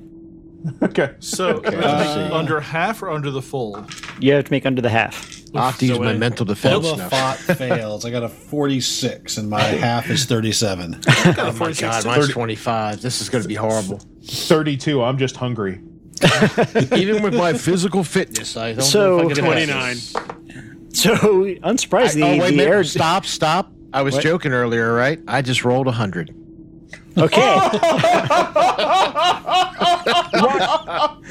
Okay. So Okay. uh, under half or under the full? You have to make under the half. I'll have to use So my it- mental defense Boba now. Fott fails. I got a 46, and my half is 37. Got a 46 Oh God, to mine's 30. 25. This is going to be horrible. Thirty-two. I'm just hungry. Even with my physical fitness, I don't So- know if I can pass 29. this. So, unsurprisingly, I, oh, wait a the minute. air. Stop, stop. I was joking earlier, right? I just rolled 100. Okay.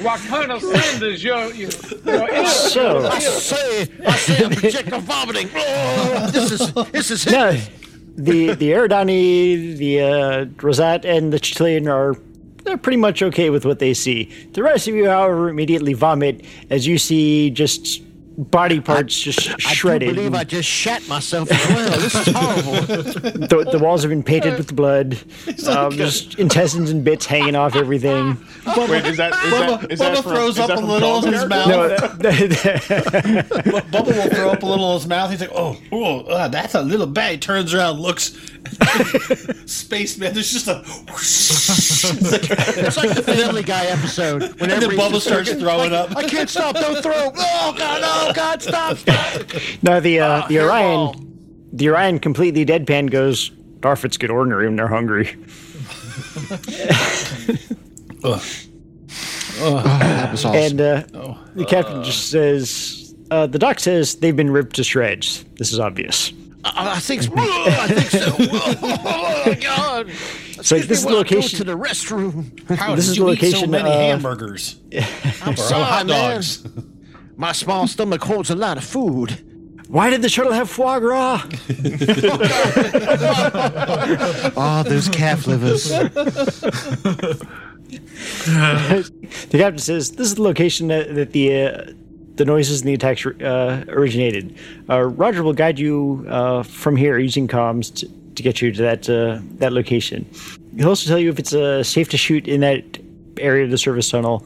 Wakano Sanders, you're, you're, you're so. say, I say, I'm projectile vomiting. Oh, this is, this is it. no, the the Eridani, the uh, Rosat, and the Chilean are they're pretty much okay with what they see. The rest of you, however, immediately vomit as you see just body parts just I do shredded. believe I just shat myself as well. This is horrible. the, the walls have been painted with blood. Um, just intestines and bits hanging off everything. Wait, is that is that is that Bubba from- throws is up that a from little John's in his character? mouth. No, that- Bubba will throw up a little in his mouth. He's like, oh, oh uh, that's a little bad. He turns around, looks. Spaceman, there's just a. It's like- It's like the Family Guy episode. and then Whenever Bubba starts throwing up. I can't stop, don't throw. Oh, God, oh, God, stop, stop. no, the uh, the Hairball. Orion, the Orion completely deadpan goes. Darfit's good ornery when they're hungry. That was awesome. And uh, the captain just says, uh, the doc says they've been ripped to shreds. This is obvious. I, I think, I think so. Oh, God. So this is the to location. the restroom. How This did is you the eat so location, Oh, many uh, hamburgers? I'm Or hot sorry, man. dogs. My small stomach holds a lot of food. Why did the shuttle have foie gras? Oh, those calf livers. The captain says this is the location that, that the uh, the noises and the attacks uh, originated. Uh, Roger will guide you uh, from here using comms to, to get you to that uh, that location. He'll also tell you if it's uh, safe to shoot in that area of the service tunnel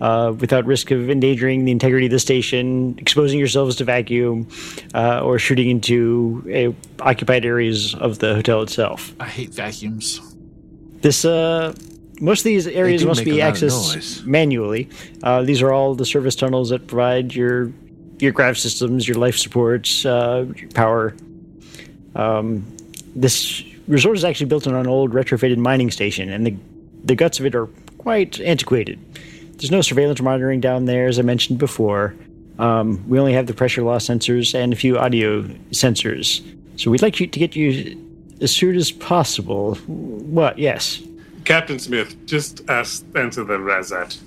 uh, without risk of endangering the integrity of the station, exposing yourselves to vacuum, uh, or shooting into uh, occupied areas of the hotel itself. I hate vacuums. This uh, most of these areas do must make be a lot of accessed noise. manually. Uh, these are all the service tunnels that provide your your grav systems, your life supports, uh, your power. Um, this resort is actually built on an old retrofitted mining station, and the the guts of it are quite antiquated. There's no surveillance monitoring down there, as I mentioned before. Um, we only have the pressure loss sensors and a few audio sensors. So we'd like you to get you as soon as possible. What? Yes. Captain Smith, just ask, answer the Razat.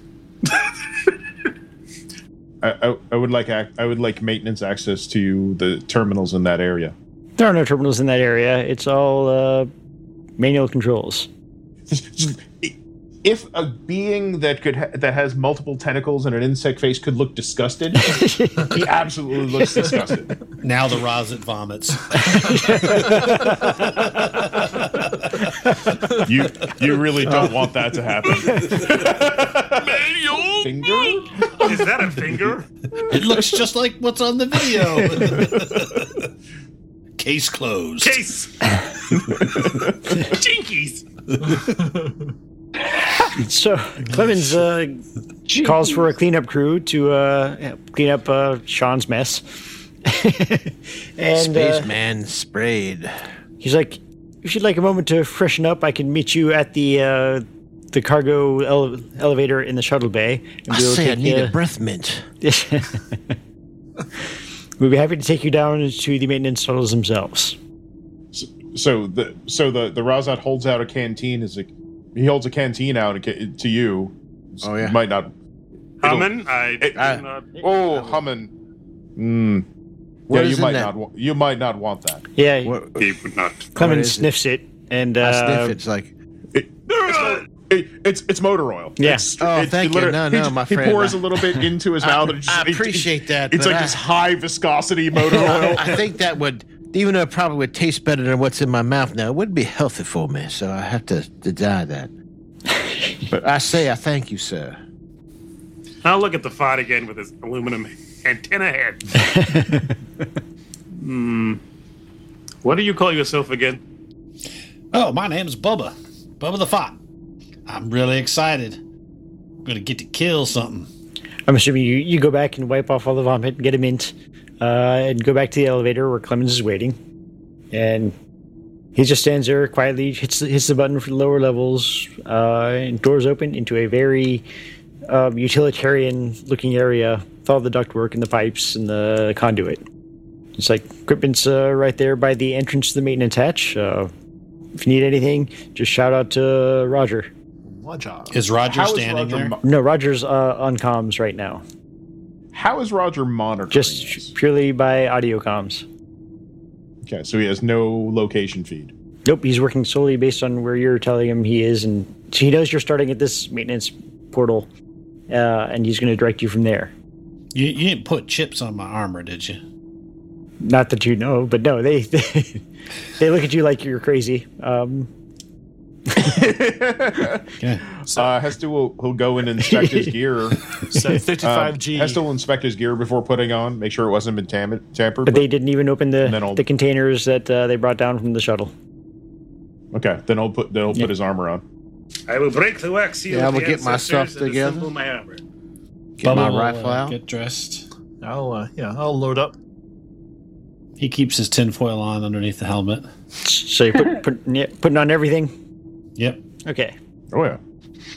I, I, I would like ac- I would like maintenance access to the terminals in that area. There are no terminals in that area. It's all uh, manual controls. If a being that could ha- that has multiple tentacles and an insect face could look disgusted, he absolutely looks disgusted. Now the Rosit vomits. You you really don't want that to happen. Manual? Finger? Is that a finger? It looks just like what's on the video. Case closed. Case! Jinkies! So Clemens uh, calls for a cleanup crew to uh, clean up uh, Sean's mess. and uh, Spaceman sprayed. he's like, "If you'd like a moment to freshen up, I can meet you at the uh, the cargo ele- elevator in the shuttle bay." And I say I take need you- a breath mint. We'd be happy to take you down to the maintenance tunnels themselves. So the so the the Razat holds out a canteen as a he holds a canteen out ca- to you. Oh, yeah. might not. Amen. I It- do uh, not- Oh, Hummin. Mm. What yeah, is you in might that? not. Wa- you might not want that. Yeah, What, he would not. Clemens is it? sniffs it. And I sniff uh, it. It's like, It, it's it's motor oil. Yeah. It's, Oh, thank you. literally- No, he no, j- my he friend, pours I- a little bit into his mouth. and it just- I it- it- appreciate that, It's but like I- this high viscosity motor I, oil. I think that would, even though it probably would taste better than what's in my mouth now, it would be healthy for me. So I have to deny that. but I say I thank you, sir. I'll look at the font again with his aluminum antenna head. Hmm. What do you call yourself again? Oh, my name's Bubba. Bubba the Fot. I'm really excited. I'm gonna get to kill something. I'm assuming you, you go back and wipe off all the vomit and get a mint, uh, and go back to the elevator where Clemens is waiting, and he just stands there quietly, hits hits the button for the lower levels, uh, and doors open into a very um, utilitarian looking area with all the ductwork and the pipes and the conduit. It's like equipment's uh, right there by the entrance to the maintenance hatch. Uh, if you need anything, just shout out to Roger. What job? Is Roger How is standing Roger there? mo- No, Roger's uh, on comms right now, How is Roger monitoring? just this? purely by audio comms. okay, so he has no location feed. Nope, he's working solely based on where you're telling him he is, and so he knows you're starting at this maintenance portal, uh, and he's going to direct you from there. You, you didn't put chips on my armor, did you? Not that you know, but no, they they, they look at you like you're crazy. Um, Okay. Uh, Hestel will he'll go and inspect his gear. So Um, 55G. Hestel will inspect his gear before putting on, make sure it wasn't been tam- tampered. but with. they didn't even open then the I'll- the containers that uh, they brought down from the shuttle. okay, then he'll put then he'll put his armor on. I will break the wax seal. Yeah, I of will the get my ancestors stuff and together. assemble My armor. Get my Bubba will, rifle uh, out. Get dressed. I'll uh, yeah, I'll load up. He keeps his tinfoil on underneath the helmet. So you're put, put, yeah, putting on everything. Yep. Okay, Oh yeah.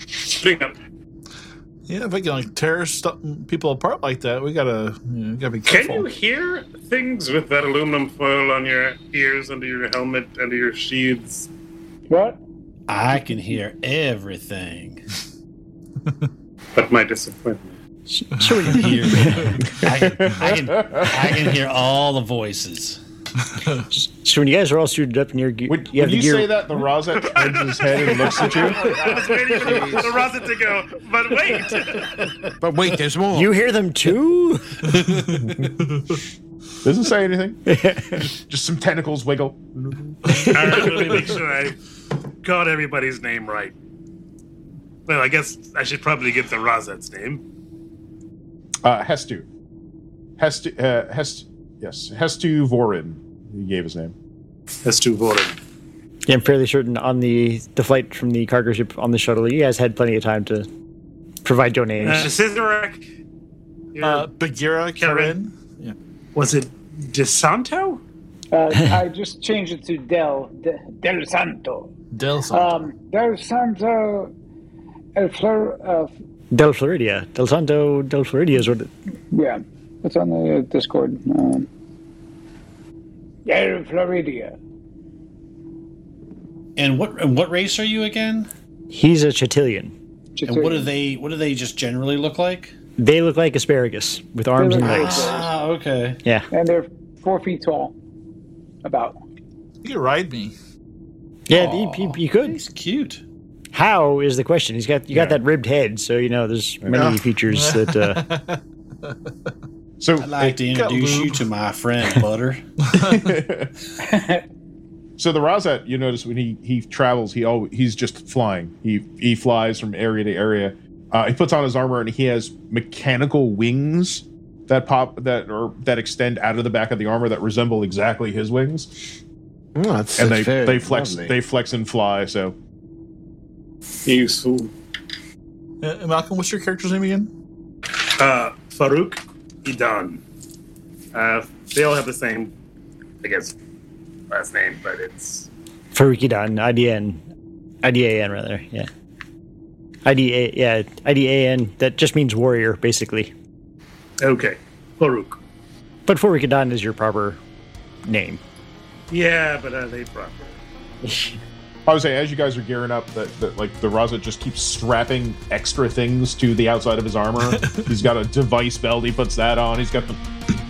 String up. Yeah, if we can like tear stuff, people apart like that, we gotta you know, gotta be Can careful. you hear things with that aluminum foil on your ears, under your helmet, under your sheaths? What? I can hear everything. But my disappointment. so when you- Hear- I, can, I, can, I can hear all the voices. so when you guys are all suited up and you're ge- Would you you, have when the you gear. say that, the Razak turns his head and looks at you. I was waiting for the the rosin to go, but wait. But wait, there's more. you hear them too? Doesn't say anything. just, just some tentacles wiggle. All right, let me make sure I got everybody's name right. Well, I guess I should probably get the Rosette's name. Uh, Hestu. Hestu. Uh, Hest. Yes, Hestu Vorin. He gave his name. That's too boring. Yeah, I'm fairly certain on the the flight from the cargo ship on the shuttle, you guys had plenty of time to provide your Uh, names. Cesarek. your- uh, Bagheera Karen. Karen. was it DeSanto? Uh, I just changed it to Del De, Del Santo. Del Sol. Um, Del Santo, El Flor. Uh, Del Floridia. Del Santo Del Floridia is what. It, yeah, it's on the uh, Discord. Um, El Floridia. And what and what race are you again? he's a Chatilian. Just And what a- do they what do they just generally look like? They look like asparagus with arms and look like- legs. Ah, okay. Yeah. And they're four feet tall, about. You can ride me. Yeah, you, you, you could. He's cute. How is the question? He's got you got that ribbed head, so you know there's many features that. Uh, So I'd like to introduce you to my friend Butter. So the Razat, you notice when he he travels, he always he's just flying. He he flies from area to area. Uh, he puts on his armor and he has mechanical wings that pop that or that extend out of the back of the armor that resemble exactly his wings. Mm, that's, And that's they very they flex lovely. they flex and fly. So Useful. Uh, Malcolm, what's your character's name again? Uh, Farouk Idan. Uh, they all have the same, I guess, last name, but it's Farukidan, IDN, IDAN rather. Yeah. IDA, yeah, IDAN. That just means warrior, basically. okay. Farouk. But Farukidan is your proper name. Yeah, but are they proper? I would say as you guys are gearing up, that, that like the Razat just keeps strapping extra things to the outside of his armor. he's got a device belt. He puts that on. He's got the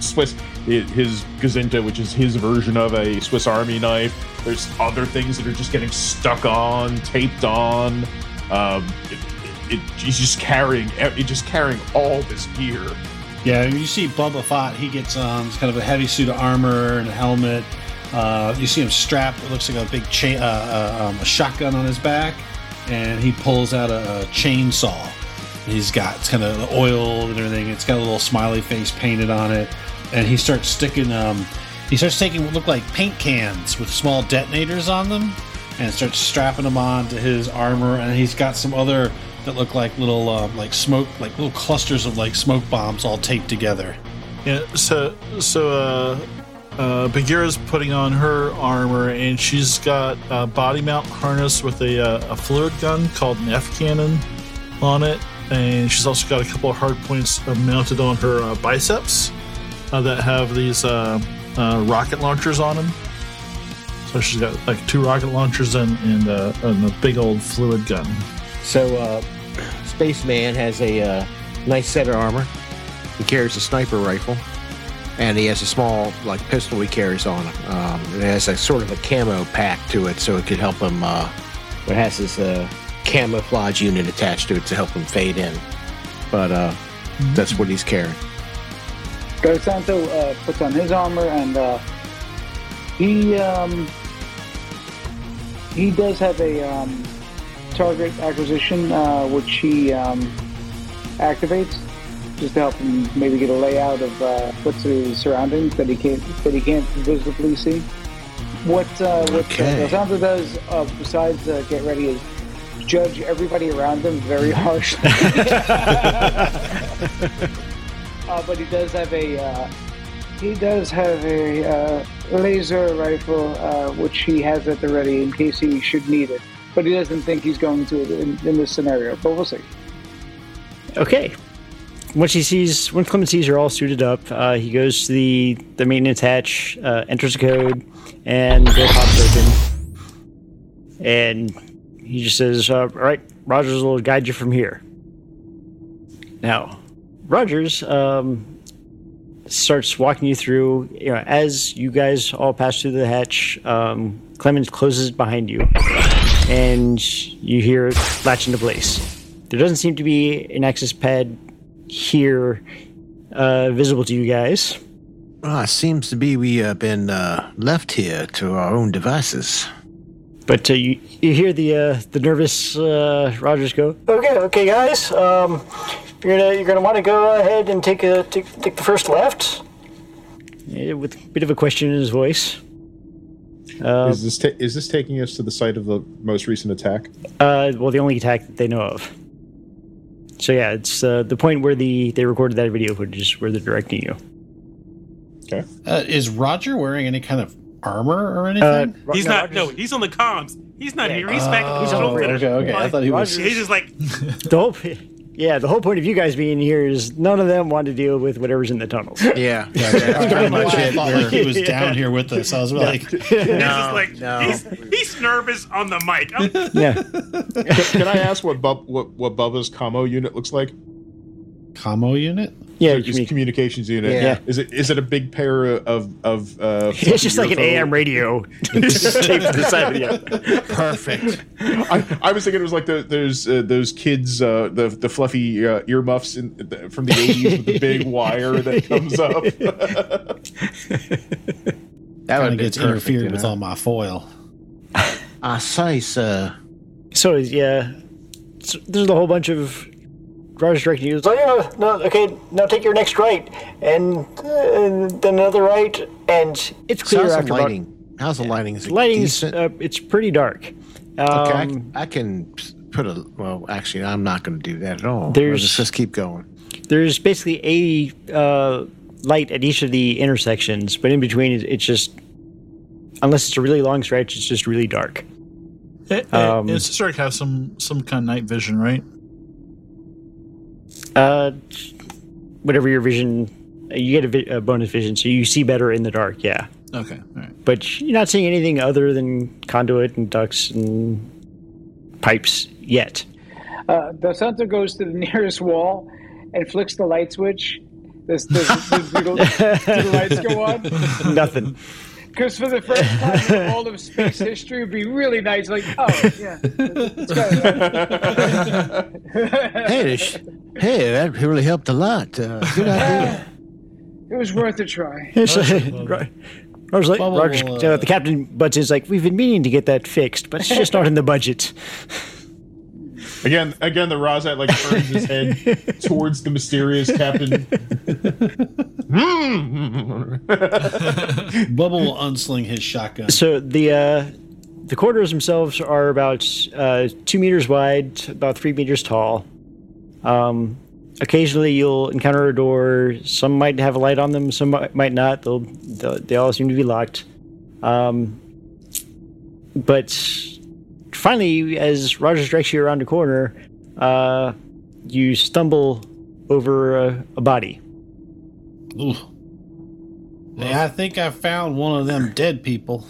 Swiss his Gazinta, which is his version of a Swiss Army knife. There's other things that are just getting stuck on, taped on. Um, it, it, it, he's just carrying, e, he's just carrying all this gear. Yeah, you see Bubba Fott. He gets um, it's kind of a heavy suit of armor and a helmet. Uh, you see him strapped. It looks like a big chain, uh, uh, um, a shotgun on his back, and he pulls out a, a chainsaw. He's got it's kind of oil and everything. It's got a little smiley face painted on it, and he starts sticking. Um, he starts taking what look like paint cans with small detonators on them, and starts strapping them on to his armor. And he's got some other that look like little um, like smoke, like little clusters of like smoke bombs all taped together. Yeah, so so uh, uh, Bagheera's putting on her armor, and she's got a body mount harness with a, uh, a fluid gun called an F cannon on it, and she's also got a couple of hard points uh, mounted on her uh, biceps uh, that have these uh, uh, rocket launchers on them. So she's got like two rocket launchers and and, uh, and a big old fluid gun. So, uh, Spaceman has a uh, nice set of armor. He carries a sniper rifle, and he has a small like pistol he carries on him. Um, it has a sort of a camo pack to it, so it could help him. Uh, it has his uh, camouflage unit attached to it to help him fade in. But uh, that's what he's carrying. Garsanto uh, puts on his armor and uh, he um, he does have a um, target acquisition uh, which he um, activates just to help him maybe get a layout of uh, what's his surroundings that he can't that he can't visibly see. What uh, what Okay. uh, Garsanto does uh, besides uh, get ready is judge everybody around him very harshly. uh, but he does have a uh, he does have a uh, laser rifle uh, which he has at the ready in case he should need it. But he doesn't think he's going to in, in this scenario. But we'll see. Okay. Once he sees, once Clement sees her all suited up, uh, he goes to the, the maintenance hatch, uh, enters the code, and the door pops open. And he just says, uh, "All right, Rogers will guide you from here." Now, Rogers um, starts walking you through. You know, as you guys all pass through the hatch, um, Clemens closes it behind you, and you hear it latch into place. There doesn't seem to be an access pad here uh, visible to you guys. Ah, seems to be we have been uh, left here to our own devices. But uh, you, you hear the uh, the nervous uh, Rogers go, "Okay, okay, guys, um, you're gonna you're gonna want to go ahead and take a take, take the first left." Yeah, Eh, with a bit of a question in his voice. Uh, is this ta- is this taking us to the site of the most recent attack? uh, well, the only attack that they know of. So yeah, it's uh, the point where the they recorded that video footage is where they're directing you. Okay. Uh, is Roger wearing any kind of armor or anything? Uh, Ro- He's not. Rogers- No, he's on the comms. He's not Yeah. here. He's back at the Oh, control center. okay, okay. I thought he was- He's just like The whole, yeah, the whole point of you guys being here is none of them want to deal with whatever's in the tunnels. Yeah, That's pretty much it. Thought like he was Yeah. down here with us. I was like, he's just like no. he's, he's nervous on the mic. I'm- yeah, Can I ask what Bub what what Bubba's commo unit looks like? "Como unit." yeah. His you- communications unit. Yeah. Is it is it a big pair of of uh, It's just like an earphones? AM radio just taped to the side of the perfect. I, I was thinking it was like the, those uh, those kids uh, the the fluffy uh, earmuffs in, the, from the eighties with the big wire that comes up. That Kind would of be gets perfect, interfered you with know? all my foil. I say, sir. So yeah, so there's a whole bunch of Rogers directing you. It's like, oh, no, okay, now take your next right, and, uh, and then another right, and it's So clear how's after the about- lighting? How's the lighting? Is it Lighting's decent? uh, it's pretty dark. Okay, I Um, c- I, can put a. Well, actually, I'm not going to do that at all. There's- let's just keep going. there's basically a uh, light at each of the intersections, but in between, it- it's just unless it's a really long stretch, it's just really dark. And, Um, and Sister Act has some some kind of night vision, right? Uh, whatever your vision, you get a, vi- a bonus vision, so you see better in the dark. Yeah, Okay, all right. but you're not seeing anything other than conduit and ducts and pipes yet. Uh, Dos Santos goes to the nearest wall and flicks the light switch. This, this, this, do the, do the lights go on? Nothing. Because for the first time in all of space history, it'd be really nice. Like, oh yeah, it's kinda nice. Hey, this, hey, that really helped a lot. Uh, good idea. it was worth a try. It's like- Roger's like, Bubble, Roger's, uh, uh, the captain butts in, is like, we've been meaning to get that fixed, but it's just not in the budget. Again, again, the Razat like turns his head towards the mysterious captain. Bubble will unsling his shotgun. So the uh, the corridors themselves are about uh, two meters wide, about three meters tall. Um, occasionally, you'll encounter a door. Some might have a light on them, some mi- might not. They'll, they'll they all seem to be locked. Um, but finally, as Rogers directs you around a corner, uh, you stumble over a, a body. Ooh. Hey, I think I found one of them dead people.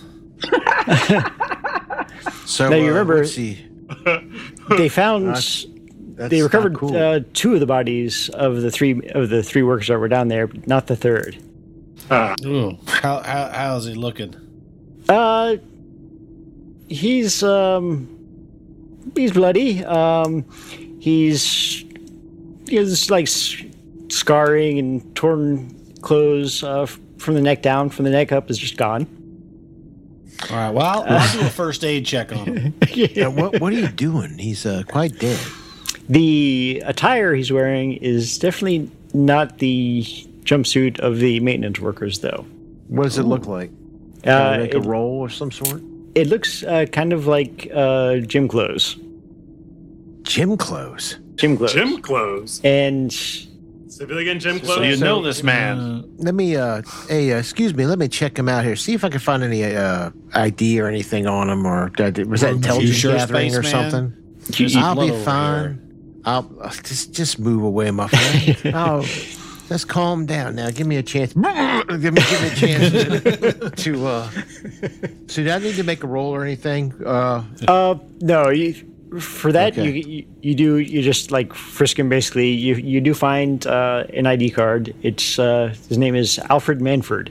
So Now, you uh, remember- let's see. They found. That's- That's they not recovered cool. uh, two of the bodies of the three of the three workers that were down there, but not the third. Ooh. How, how, how's he looking? Uh, he's um, he's bloody. Um, he's he has like s- scarring and torn clothes uh, f- from the neck down. From the neck up is just gone. All right, well, I'll, I'll do a first aid check on him. Yeah, Uh, what What are you doing? He's uh, quite dead. The attire he's wearing is definitely not the jumpsuit of the maintenance workers, though. What does it look like? Uh, like a it, roll of some sort? it looks uh, kind of like uh, gym clothes. Gym clothes. Gym clothes. Gym clothes. And Civilian gym clothes. So you know this man. Let me. Uh, hey, uh, excuse me. Let me check him out here. See if I can find any uh, ID or anything on him, or uh, was that intelligence sure gathering or spaceman? something? There's I'll blood be over here. fine. I'll uh, just just move away, my friend. oh, let's calm down now. Give me a chance. give me give me a chance to. to uh, so, do I need to make a roll or anything? Uh, uh, no, you, for that you, Okay. you you do you just like frisk him basically. You you do find uh, an ID card. It's uh, his name is Alfred Manford.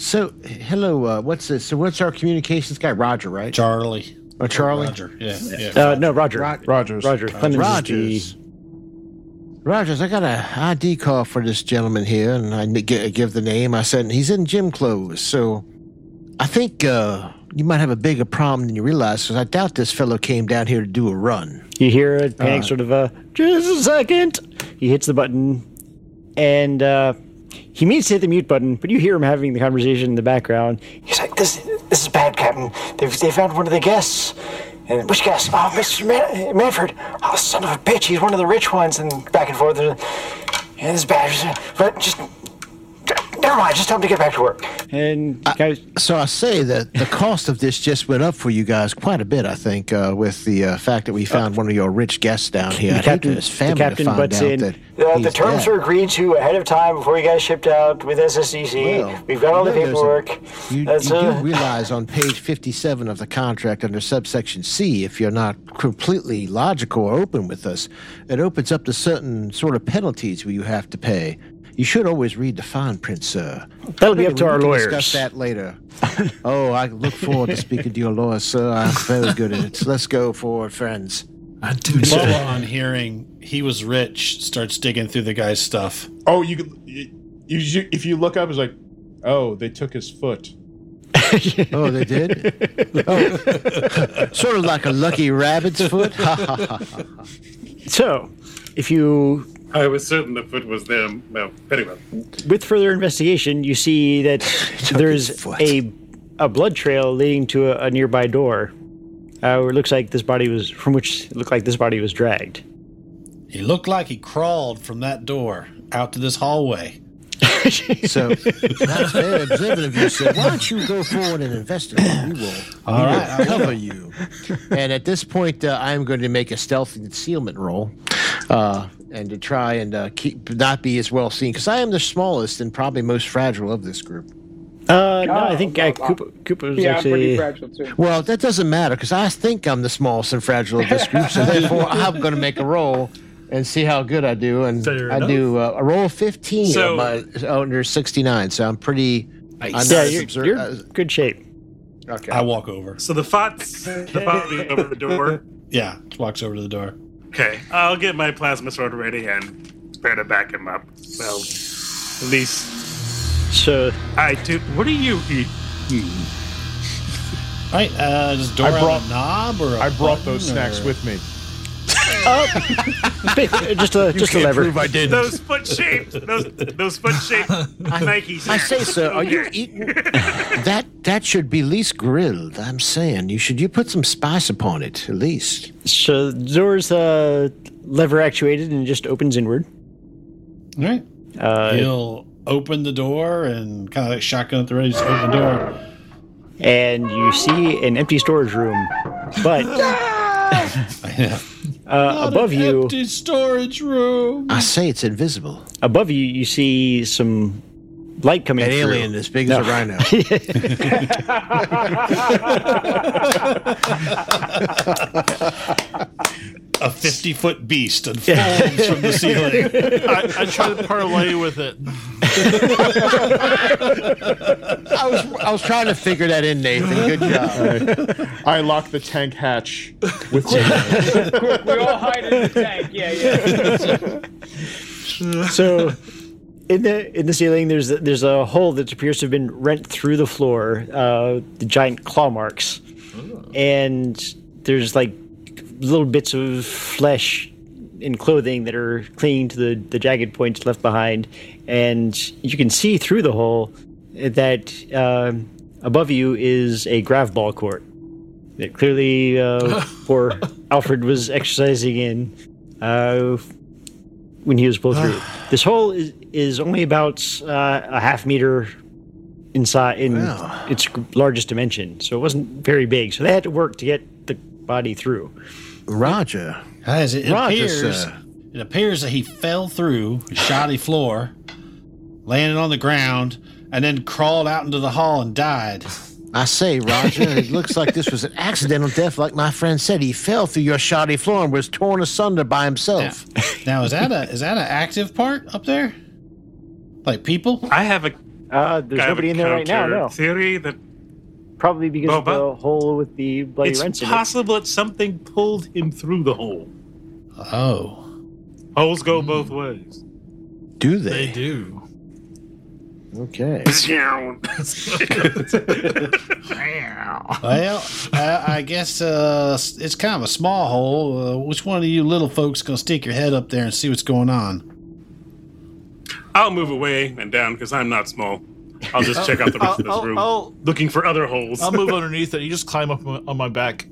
so, hello. Uh, what's this? So, what's our communications guy? Roger, right? Charlie. or Charlie? Roger. Yeah. yeah. Uh, no, Roger. Rog- Rogers. Roger. Clemens Is Rogers. Rogers, I got a ID call for this gentleman here, and I n- gi- give the name. I said he's in gym clothes, so I think uh, you might have a bigger problem than you realize. Because I doubt this fellow came down here to do a run. the, you hear a panic sort of a just a second. He hits the button, and uh, he means to hit the mute button, but you hear him having the conversation in the background. He's like, "This this is bad, Captain. They've they found one of the guests." And which guest? Oh, Mr. Man- Manford. Oh, son of a bitch. He's one of the rich ones. And back and forth. And yeah, this is bad. But just. Never mind. Just tell him to get back to work. And guys, So I say that the cost of this just went up for you guys quite a bit. I think uh, with the uh, fact that we found one of your rich guests down here. I'd hate for his family to find out that Uh, the he's terms dead. are agreed to ahead of time before you guys shipped out with SSDC. Well, We've got all the you know there's a- paperwork. You, That's you do uh, realize on page 57 of the contract under subsection C, if you're not completely logical or open with us, it opens up to certain sort of penalties where you have to pay. You should always read the fine print, sir. that'll be up Anyway, to we our can lawyers. Discuss that later. oh, I look forward to speaking to your lawyer, sir. I'm very good at it. Let's go forward, friends. I do. Bubble, on hearing he was rich, starts digging through the guy's stuff. Oh, you could. You, you, if you look up, it's like, oh, they took his foot. Oh, they did? oh. sort of like a lucky rabbit's foot. So, if you, I was certain the foot was there. Well, very well. with further investigation, you see that his there's foot. a a blood trail leading to a, a nearby door, uh, where it looks like this body was from which it looked like this body was dragged. He looked like he crawled from that door out to this hallway. So that's very observant of you, sir. Why don't you go forward and investigate? We will, we will right, I cover you. And at this point, uh, I'm going to make a stealth concealment roll, uh, and to try and uh, keep not be as well seen because I am the smallest and probably most fragile of this group. Uh, no, I Oh, think well, uh, well. Koopa, Koopa was Yeah, I'm pretty actually. fragile too. Well, that doesn't matter because I think I'm the smallest and fragile of this group. So therefore, I'm going to make a roll. And see how good I do, and Fair I enough. do uh, a roll of fifteen So- on my under sixty nine. So I'm pretty I'm yeah, not as you're, observ- you're as- good shape. okay. I walk over. So the FOT's the FOT being over the door. Yeah, walks over to the door. Okay, I'll get my plasma sword ready and prepare to back him up. Well, at least So I do. What do you eat? All right, uh, does the door I have brought- a knob or a I brought button, those snacks or- with me. big- just a just a Can't lever. prove I didn't. Those foot shaped, those those foot shaped Nike. I snacks. say, sir, are you eating that? That should be least grilled. I'm saying you should. You put some spice upon it, at least. So the door's uh, lever actuated and it just opens inward. All right. Uh, He'll open the door and kind of like shotgun at the ready, just open the door. and you see an empty storage room, but uh, above you, empty storage room. I say it's invisible. above you, you see some light coming An through. alien as big as a rhino. A fifty foot beast unfolds from the ceiling. I, I try to parlay with it. I was, I was trying to figure that in, Nathan. Good job. I locked the tank hatch with tape. We all hide in the tank. Yeah, yeah. so in the in the ceiling there's a- there's a hole that appears to have been rent through the floor uh the giant claw marks and there's like little bits of flesh and clothing that are clinging to the the jagged points left behind and you can see through the hole that um above you is a grav ball court that clearly uh, poor alfred was exercising in uh, when he was pulled through. this hole is, is only about uh, a half meter inside in Wow. its largest dimension, so it wasn't very big. So they had to work to get the body through. Roger. Guys, it Roger, appears sir. it appears that he fell through a shoddy floor, landed on the ground, and then crawled out into the hall and died. I say, Roger, it looks like this was an accidental death. Like my friend said, he fell through your shoddy floor and was torn asunder by himself. Now is that a is that an active part up there? Like people? I have a Uh, there's I have nobody a in there right now. counter No, theory that probably because of Boba? the hole with the bloody it's rents in possible that something pulled him through the hole. Oh. Holes go both ways. Do They they? do. Okay. Well, I, I guess uh, it's kind of a small hole. Uh, which one of you little folks gonna stick your head up there and see what's going on? I'll move away and down because I'm not small. I'll just check out the rest of this I'll- room, I'll- looking for other holes. I'll move underneath it. You just climb up on on my back,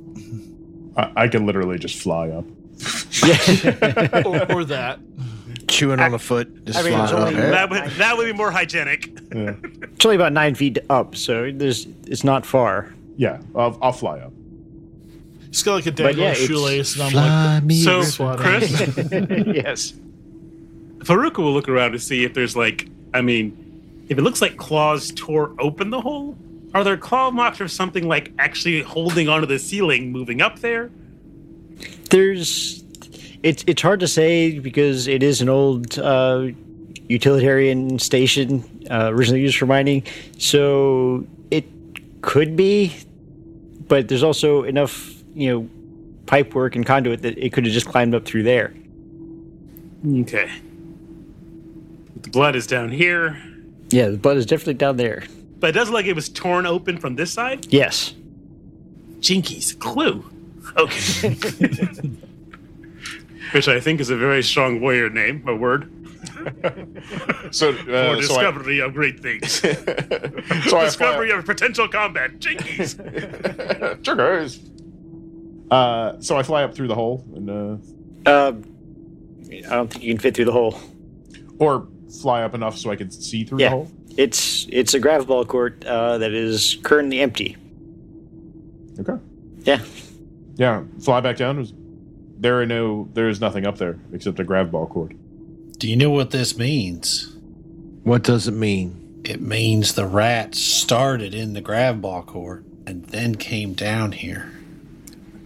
I, I can literally just fly up. Oh. or, or that. Chewing on a foot. Just I mean, it's flying only- up. that would that would be more hygienic. Yeah, It's only about nine feet up, so there's it's not far. yeah I'll, I'll fly up. It's got like a dangling yeah, it's- shoelace, and I'm Fly me. So, Swat Chris, yes. Faruka will look around to see if there's like, I mean, if it looks like claws tore open the hole, are there claw marks or something like actually holding onto the ceiling, moving up there? there's it's it's hard to say because it is an old uh, utilitarian station uh, originally used for mining, so it could be, but there's also enough you know pipe work and conduit that it could have just climbed up through there. Okay. The blood is down here, Yeah, the blood is definitely down there. but it does look like it was torn open from this side. Yes. Jinkies, clue. Okay. Which I think is a very strong warrior name, a word So, for uh, so, I, discovery of great things. so I discovery fly of potential combat. Jinkies. up. Triggers. Uh, so I fly up through the hole, and uh, Um, I don't think you can fit through the hole. or fly up enough so I can see through Yeah. the hole. It's it's a gravel ball court uh, that is currently empty. Okay. Yeah. Yeah, fly back down. Was, there are no, there is nothing up there except a grab ball cord. Do you know what this means? What does it mean? It means the rats started in the grav ball court and then came down here.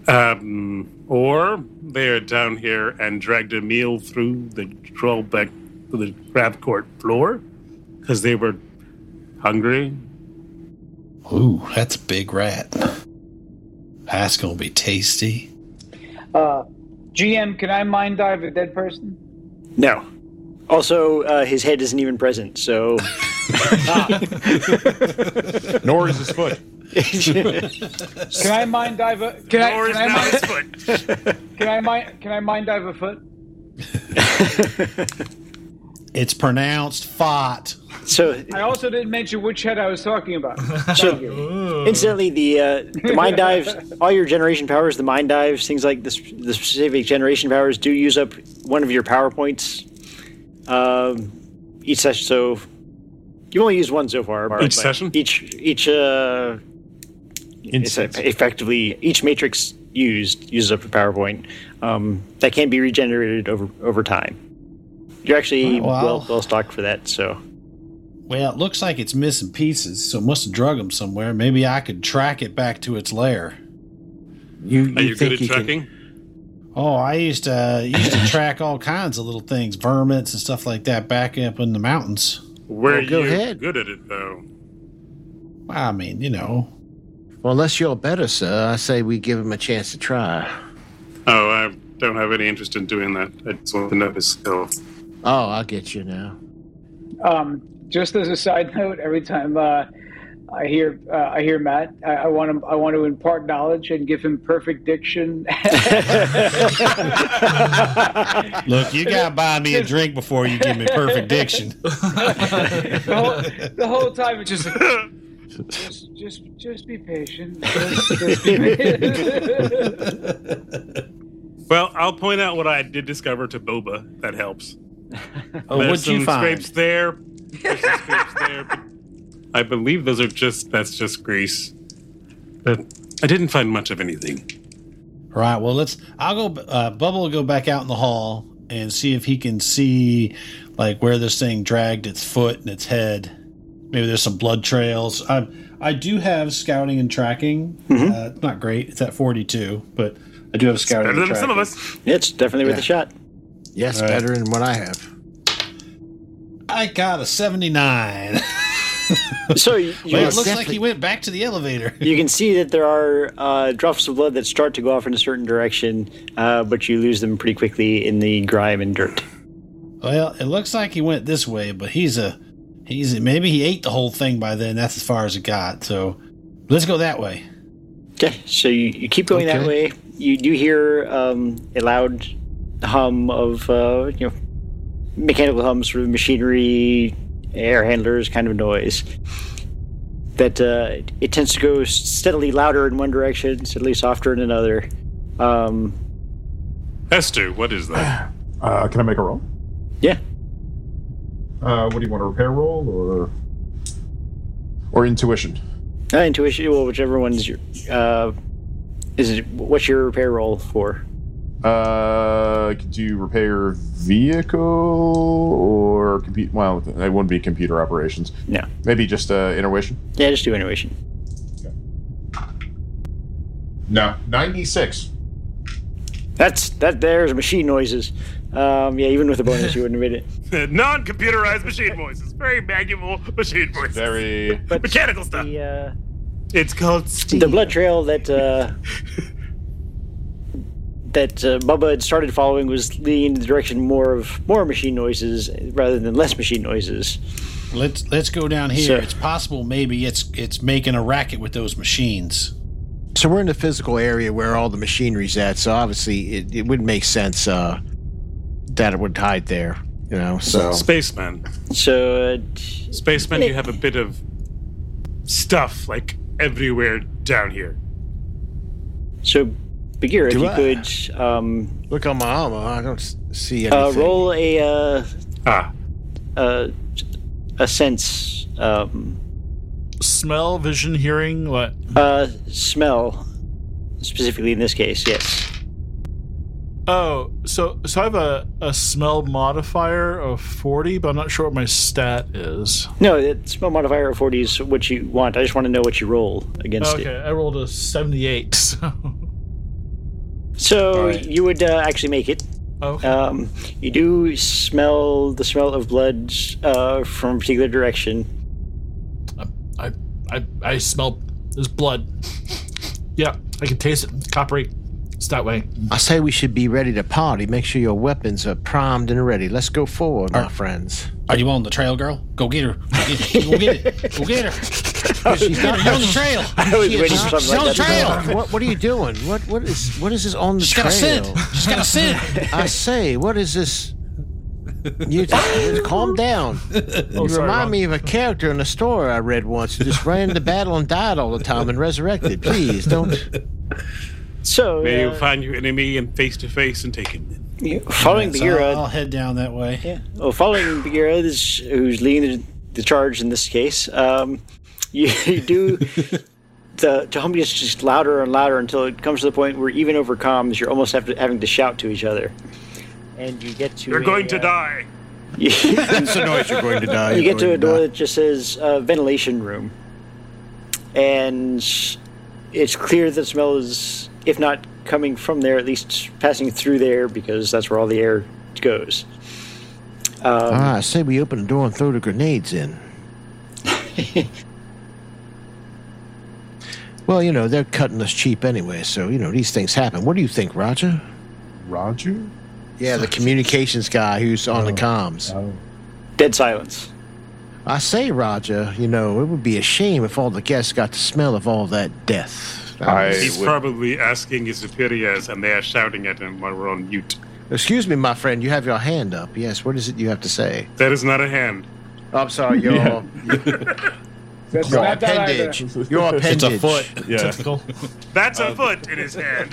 Um, or they are down here and dragged a meal through the troll back to the crab court floor because they were hungry Ooh, that's a big rat. That's gonna be tasty. Uh, GM, can I mind dive a dead person? No. Also, uh, his head isn't even present, so Nor is his foot. Can I mind dive a? Can I? Or is Can I, now mind, his foot. can I mind? Can I mind dive a foot? It's pronounced fought. so I also didn't mention which head I was talking about. Thank you. Incidentally, the uh, the mind dives, all your generation powers, the mind dives, things like this, the specific generation powers do use up one of your power points um, each session. So you only use one so far. Mark, Each but session? each each uh, it's Instance. effectively each matrix used uses up a power point um, that can be regenerated over over time. You're actually Oh, Wow. well well stocked for that. So Well, it looks like it's missing pieces, so it must have drug him somewhere. Maybe I could track it back to its lair. You, Are you good think at can- tracking? Oh, I used to used to track all kinds of little things, vermins and stuff like that, back up in the mountains. Were Well, go you ahead. good at it though? I mean, you know, well, unless you're better, sir, I say we give him a chance to try. Oh, I don't have any interest in doing that. I just want to know his skills. Oh, I get you now. Um, just as a side note, every time uh, I hear uh, I hear Matt, I, I want him. I want to impart knowledge and give him perfect diction. look, you gotta buy me a drink before you give me perfect diction. the, whole, the whole time it's just. Just, just, just be patient. Just, just be patient. Well, I'll point out what I did discover to Boba. That helps. Oh, There's what'd you some find? Scrapes there. There's some scrapes there. But I believe those are just that's just grease. But I didn't find much of anything. Right. Well, let's. I'll go. Uh, Bubble will go back out in the hall and see if he can see, like, where this thing dragged its foot and its head. Maybe there's some blood trails. I I do have scouting and tracking. Mm-hmm. Uh, it's not great. It's at 42, but I do have scouting. Better and than some of tracking. us. it's definitely worth a shot. Yes, All right. better than what I have. I got a 79. So you, Well, it it's looks like definitely- he went back to the elevator. you can see that there are uh, drops of blood that start to go off in a certain direction, uh, but you lose them pretty quickly in the grime and dirt. Well, it looks like he went this way, but he's a he's maybe he ate the whole thing by then. That's as far as it got. So let's go that way. Okay, so you, you keep going that way. You do hear um, a loud hum of uh, you know mechanical hums, sort of machinery, air handlers kind of noise. That uh, it tends to go steadily louder in one direction, steadily softer in another. Um, Esther, what is that? Uh, can I make a roll? yeah, Uh, what do you want, a repair roll or or intuition? Uh, intuition. Well, whichever one's your. Uh, is it what's your repair roll for? Uh, could you repair vehicle or compute? Well, it wouldn't be computer operations. No. Maybe just uh, intuition. Yeah, just do intuition. No, ninety-six. That's that. There's machine noises. Um, yeah, even with a bonus, you wouldn't have made it. Uh, Non-computerized machine voices. Very manual machine voices. Very. mechanical stuff. The, uh, It's called steam. the blood trail that uh, that uh, Bubba had started following was leading in the direction more of more machine noises rather than less machine noises. Let's let's go down here. Sure. It's possible maybe it's it's making a racket with those machines. So we're in the physical area where all the machinery's at. So obviously, it, it would make sense uh, that it would hide there. You know, so Spaceman. So, uh, Spaceman, you have a bit of stuff like everywhere down here. so Bagheera, if Do you I- could um, look on my armor. I don't s- see uh, anything. roll a uh, Ah, uh, a sense um, Smell, vision, hearing, what? uh, smell specifically in this case. Yes. Oh, so so I have a, a smell modifier of 40, but I'm not sure what my stat is. No, that smell modifier of 40 is what you want. I just want to know what you roll against it. Okay, I rolled a 78. So. So you would uh, actually make it. Uh, Okay. Um, you do smell the smell of blood uh, from a particular direction. I, I, I smell there's blood. Yeah, I can taste it. It's coppery. It's that way. I say we should be ready to party. Make sure your weapons are primed and ready. Let's go forward, my friends. Are you on the trail, girl? Go get her. Go get her. Go get, it. Go get her. She's not on the trail. I was waiting She's for something on the like that. trail. What What are you doing? What What is What is this on the She's got trail? a scent. She's got a scent. I say, what is this? You just, calm down. Oh, You sorry, remind Ron. me of a character in a story I read once who just ran into battle and died all the time and resurrected. Please don't. So, Maybe uh, you'll find your enemy and face to face and take him. you- following So Bagheera, I'll head down that way. yeah. Well, following Bagheera, is, who's leading the, the charge in this case, um, you, you do. The, the humming is just louder and louder until it comes to the point where even over comms, you're almost have to, having to shout to each other. And you get to. You're a, going to uh, die. That's the noise you're going to die. you get to a You're going door die. that just says uh, ventilation room, and it's clear the smell is, if not coming from there, at least passing through there because that's where all the air goes. Ah, I say we open the door and throw the grenades in. well, you know, they're cutting us cheap anyway, so, you know, these things happen. What do you think, Roger? Roger? Yeah, the communications guy who's on the comms. Oh. Dead silence. I say, Roger, you know, it would be a shame if all the guests got the smell of all that death. I- He's would- probably asking his superiors, and they are shouting at him while we're on mute. Excuse me, my friend, you have your hand up. Yes, what is it you have to say? That is not a hand. I'm sorry, your, That's your not that either. appendage. Your appendage. It's a foot. Yeah. That's a foot in his hand.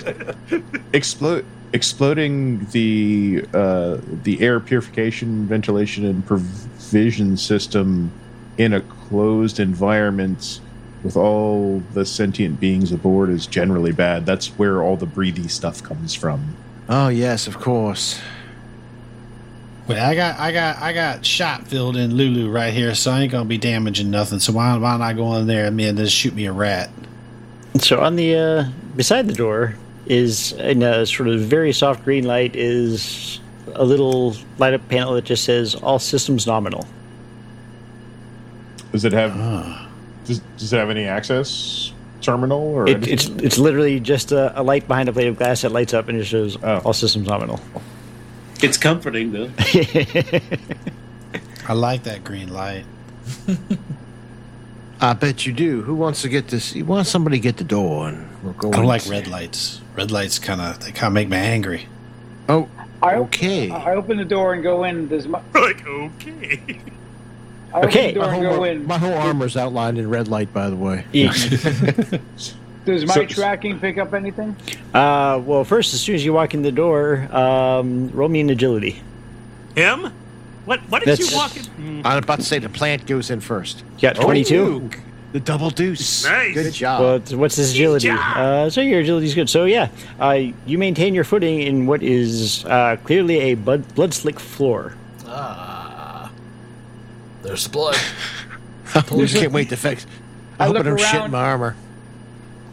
Explo- exploding the uh, the air purification, ventilation, and provision system in a closed environment with all the sentient beings aboard is generally bad. That's where all the breathy stuff comes from. Oh, yes, of course. Wait, I got, I got, I got shot filled in Lulu right here, so I ain't gonna be damaging nothing. So why, why not go in there and man, just shoot me a rat? So on the uh, beside the door is in a sort of very soft green light is a little light up panel that just says all systems nominal. Does it have does, does it have any access terminal or It, anything? it's it's literally just a, a light behind a plate of glass that lights up and it shows Oh. all systems nominal. It's comforting though. I like that green light. I bet you do. Who wants to get this? You want somebody to get the door and we'll go. I in. don't like red lights. Red lights kind of they kind of make me angry. Oh, I op- okay. I open the door and go in. There's my, like, okay. I open Okay. the door my, and whole, go ar- in. my whole armor's outlined in red light, by the way. Does my So- tracking pick up anything? Uh, well, first, as soon as you walk in the door, um, roll me an agility. Him? What? What did That's- you walk in? I'm about to say the plant goes in first. You got 22? The double deuce. Nice. Good job. Well, it's- what's his agility? Uh, so your agility's good. So yeah, uh, you maintain your footing in what is uh, clearly a blood, blood slick floor. There's the blood. I just can't wait to fix. I, I hope I look don't shit in around. my armor.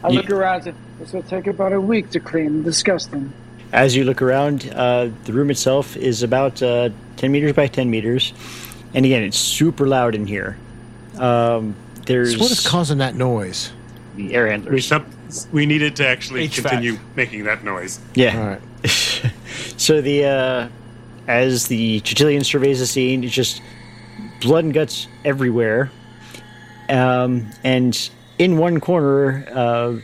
I look around. and say, This will take about a week to clean. Disgusting. As you look around, uh, the room itself is about uh, 10 meters by 10 meters. And again, it's super loud in here. Um, there's So what is causing that noise? the air handlers. We needed to actually HVAC. continue making that noise. Yeah. All right. So the uh, as the Chichilian surveys the scene, it's just blood and guts everywhere, um, and in one corner, uh,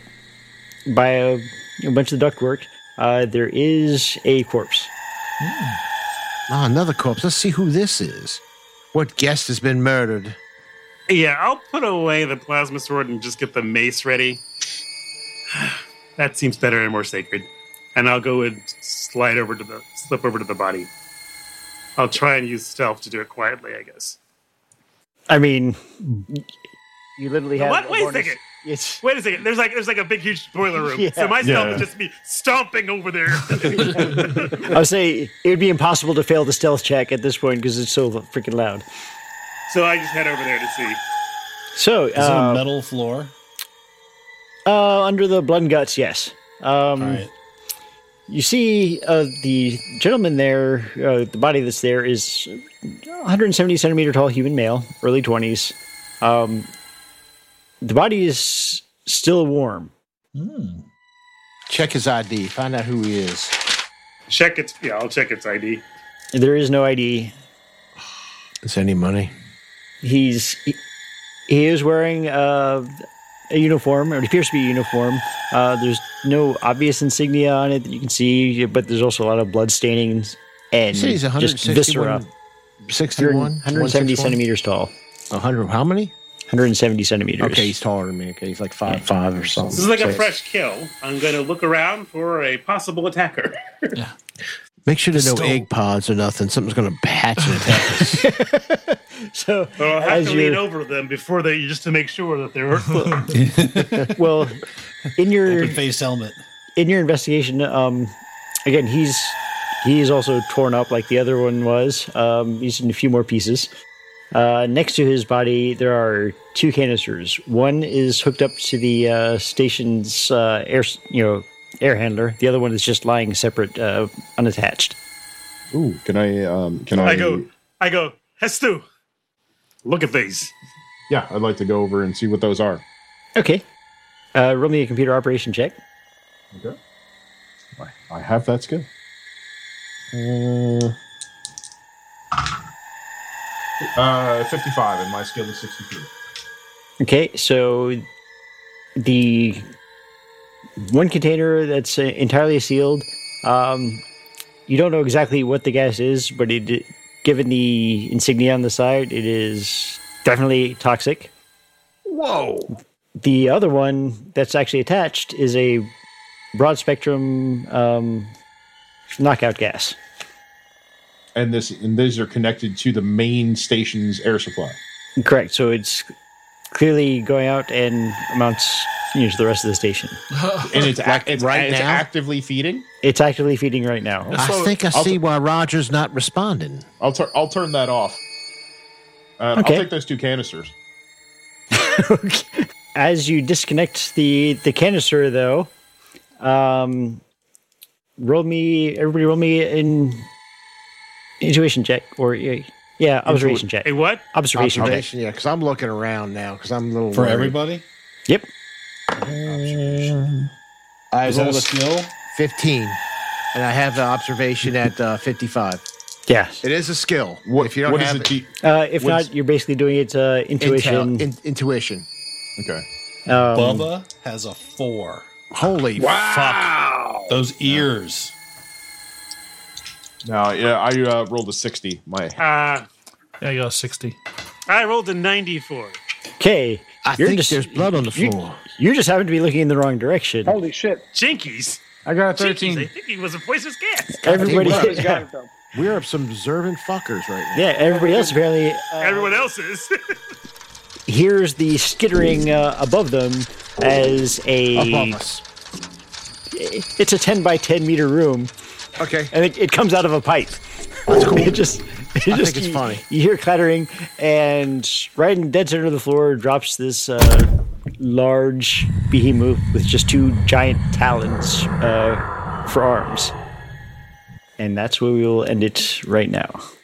by a, a bunch of ductwork, uh, there is a corpse. Ah, another corpse. Let's see who this is. What guest has been murdered? Yeah, I'll put away the plasma sword and just get the mace ready. that seems better and more sacred. And I'll go and slide over to the slip over to the body. I'll try and use stealth to do it quietly, I guess. I mean, you literally have What? a Wait a bonus- second. It's Wait a second. There's like there's like a big huge boiler room. So my stealth Yeah. is just me stomping over there. I would say it would be impossible to fail the stealth check at this point because it's so freaking loud. so I just head over there to see. So Is it a uh, metal floor? uh, under the blood and guts, yes. Um, All right. You see uh, the gentleman there, uh, the body that's there is 170 centimeter tall human male, early 20s. Um, The body is still warm. Check his ID. Find out who he is. Check its yeah, I'll check its ID. There is no ID. Is there any money? He's he, he is wearing uh, a uniform, or it appears to be a uniform. Uh, there's no obvious insignia on it that you can see, but there's also a lot of blood staining and You say he's just viscera. 161, 61, 170 161? centimeters tall. 100, how many? 170 centimeters. Okay, he's taller than me. Okay, he's like five five or something. This is like a So- fresh kill. I'm going to look around for a possible attacker. Make sure there's no Still- egg pods or nothing. Something's gonna hatch and attack us. So Or I'll Oh, have As to lean you're- over them before they just to make sure that they're hurtful. well, in your Open faced helmet. in your investigation, um, again, he's he is also torn up like the other one was. Um, he's in a few more pieces. Uh, next to his body, there are two canisters. One is hooked up to the uh, station's uh, air, s- you know, air handler. The other one is just lying separate, uh, unattached. Ooh, can I? Um, can I? I go, I go, Hestu, look at these. Yeah, I'd like to go over and see what those are. Okay, uh, roll me a computer operation check. Okay. I, I have that skill. Uh, uh, 55, and my skill is 62. Okay, so the one container that's uh, entirely sealed. Um, you don't know exactly what the gas is, but it, given the insignia on the side, it is definitely toxic. Whoa! The other one that's actually attached is a broad spectrum um, knockout gas. And this and these are connected to the main station's air supply. Correct. So it's clearly going out and amounts you know, to the rest of the station. And it's, ac- it's, right it's now? actively feeding. It's actively feeding right now. I think I I'll- see why Roger's not responding. I'll, tur- I'll turn that off. Uh, Okay. I'll take those two canisters. as you disconnect the the canister though um roll me everybody roll me in intuition check or yeah yeah, observation check Hey, what? observation check Observation, yeah, because I'm looking around now because I'm a little For worried. everybody? yep I Is that a rolled a skill? 15, and I have the observation at uh, 55. yeah It is a skill. What, if you don't what is have it? it, to- uh if What's- not you're basically doing it uh intuition intel- in- intuition. okay. um, Bubba has a four. Holy Those ears. No, yeah, I uh, rolled a 60. My Uh, Yeah, I got 60. I rolled a 94. okay I you're think just there's blood on the you- floor. Oh, you just happen to be looking in the wrong direction Holy shit. Jinkies? I got a Jinkies, I think he was a poisonous gas. everybody Damn, He's Yeah. got it, though. We're some observant fuckers right now. yeah everybody else apparently uh, Everyone else is. hears the skittering uh, above them as a Above us. it's a 10 by 10 meter room Okay. and it, it comes out of a pipe. That's cool. It just, it I just- think it's you- funny. You hear clattering, and right in dead center of the floor drops this uh, large behemoth with just two giant talons uh, for arms. And that's where we will end it right now.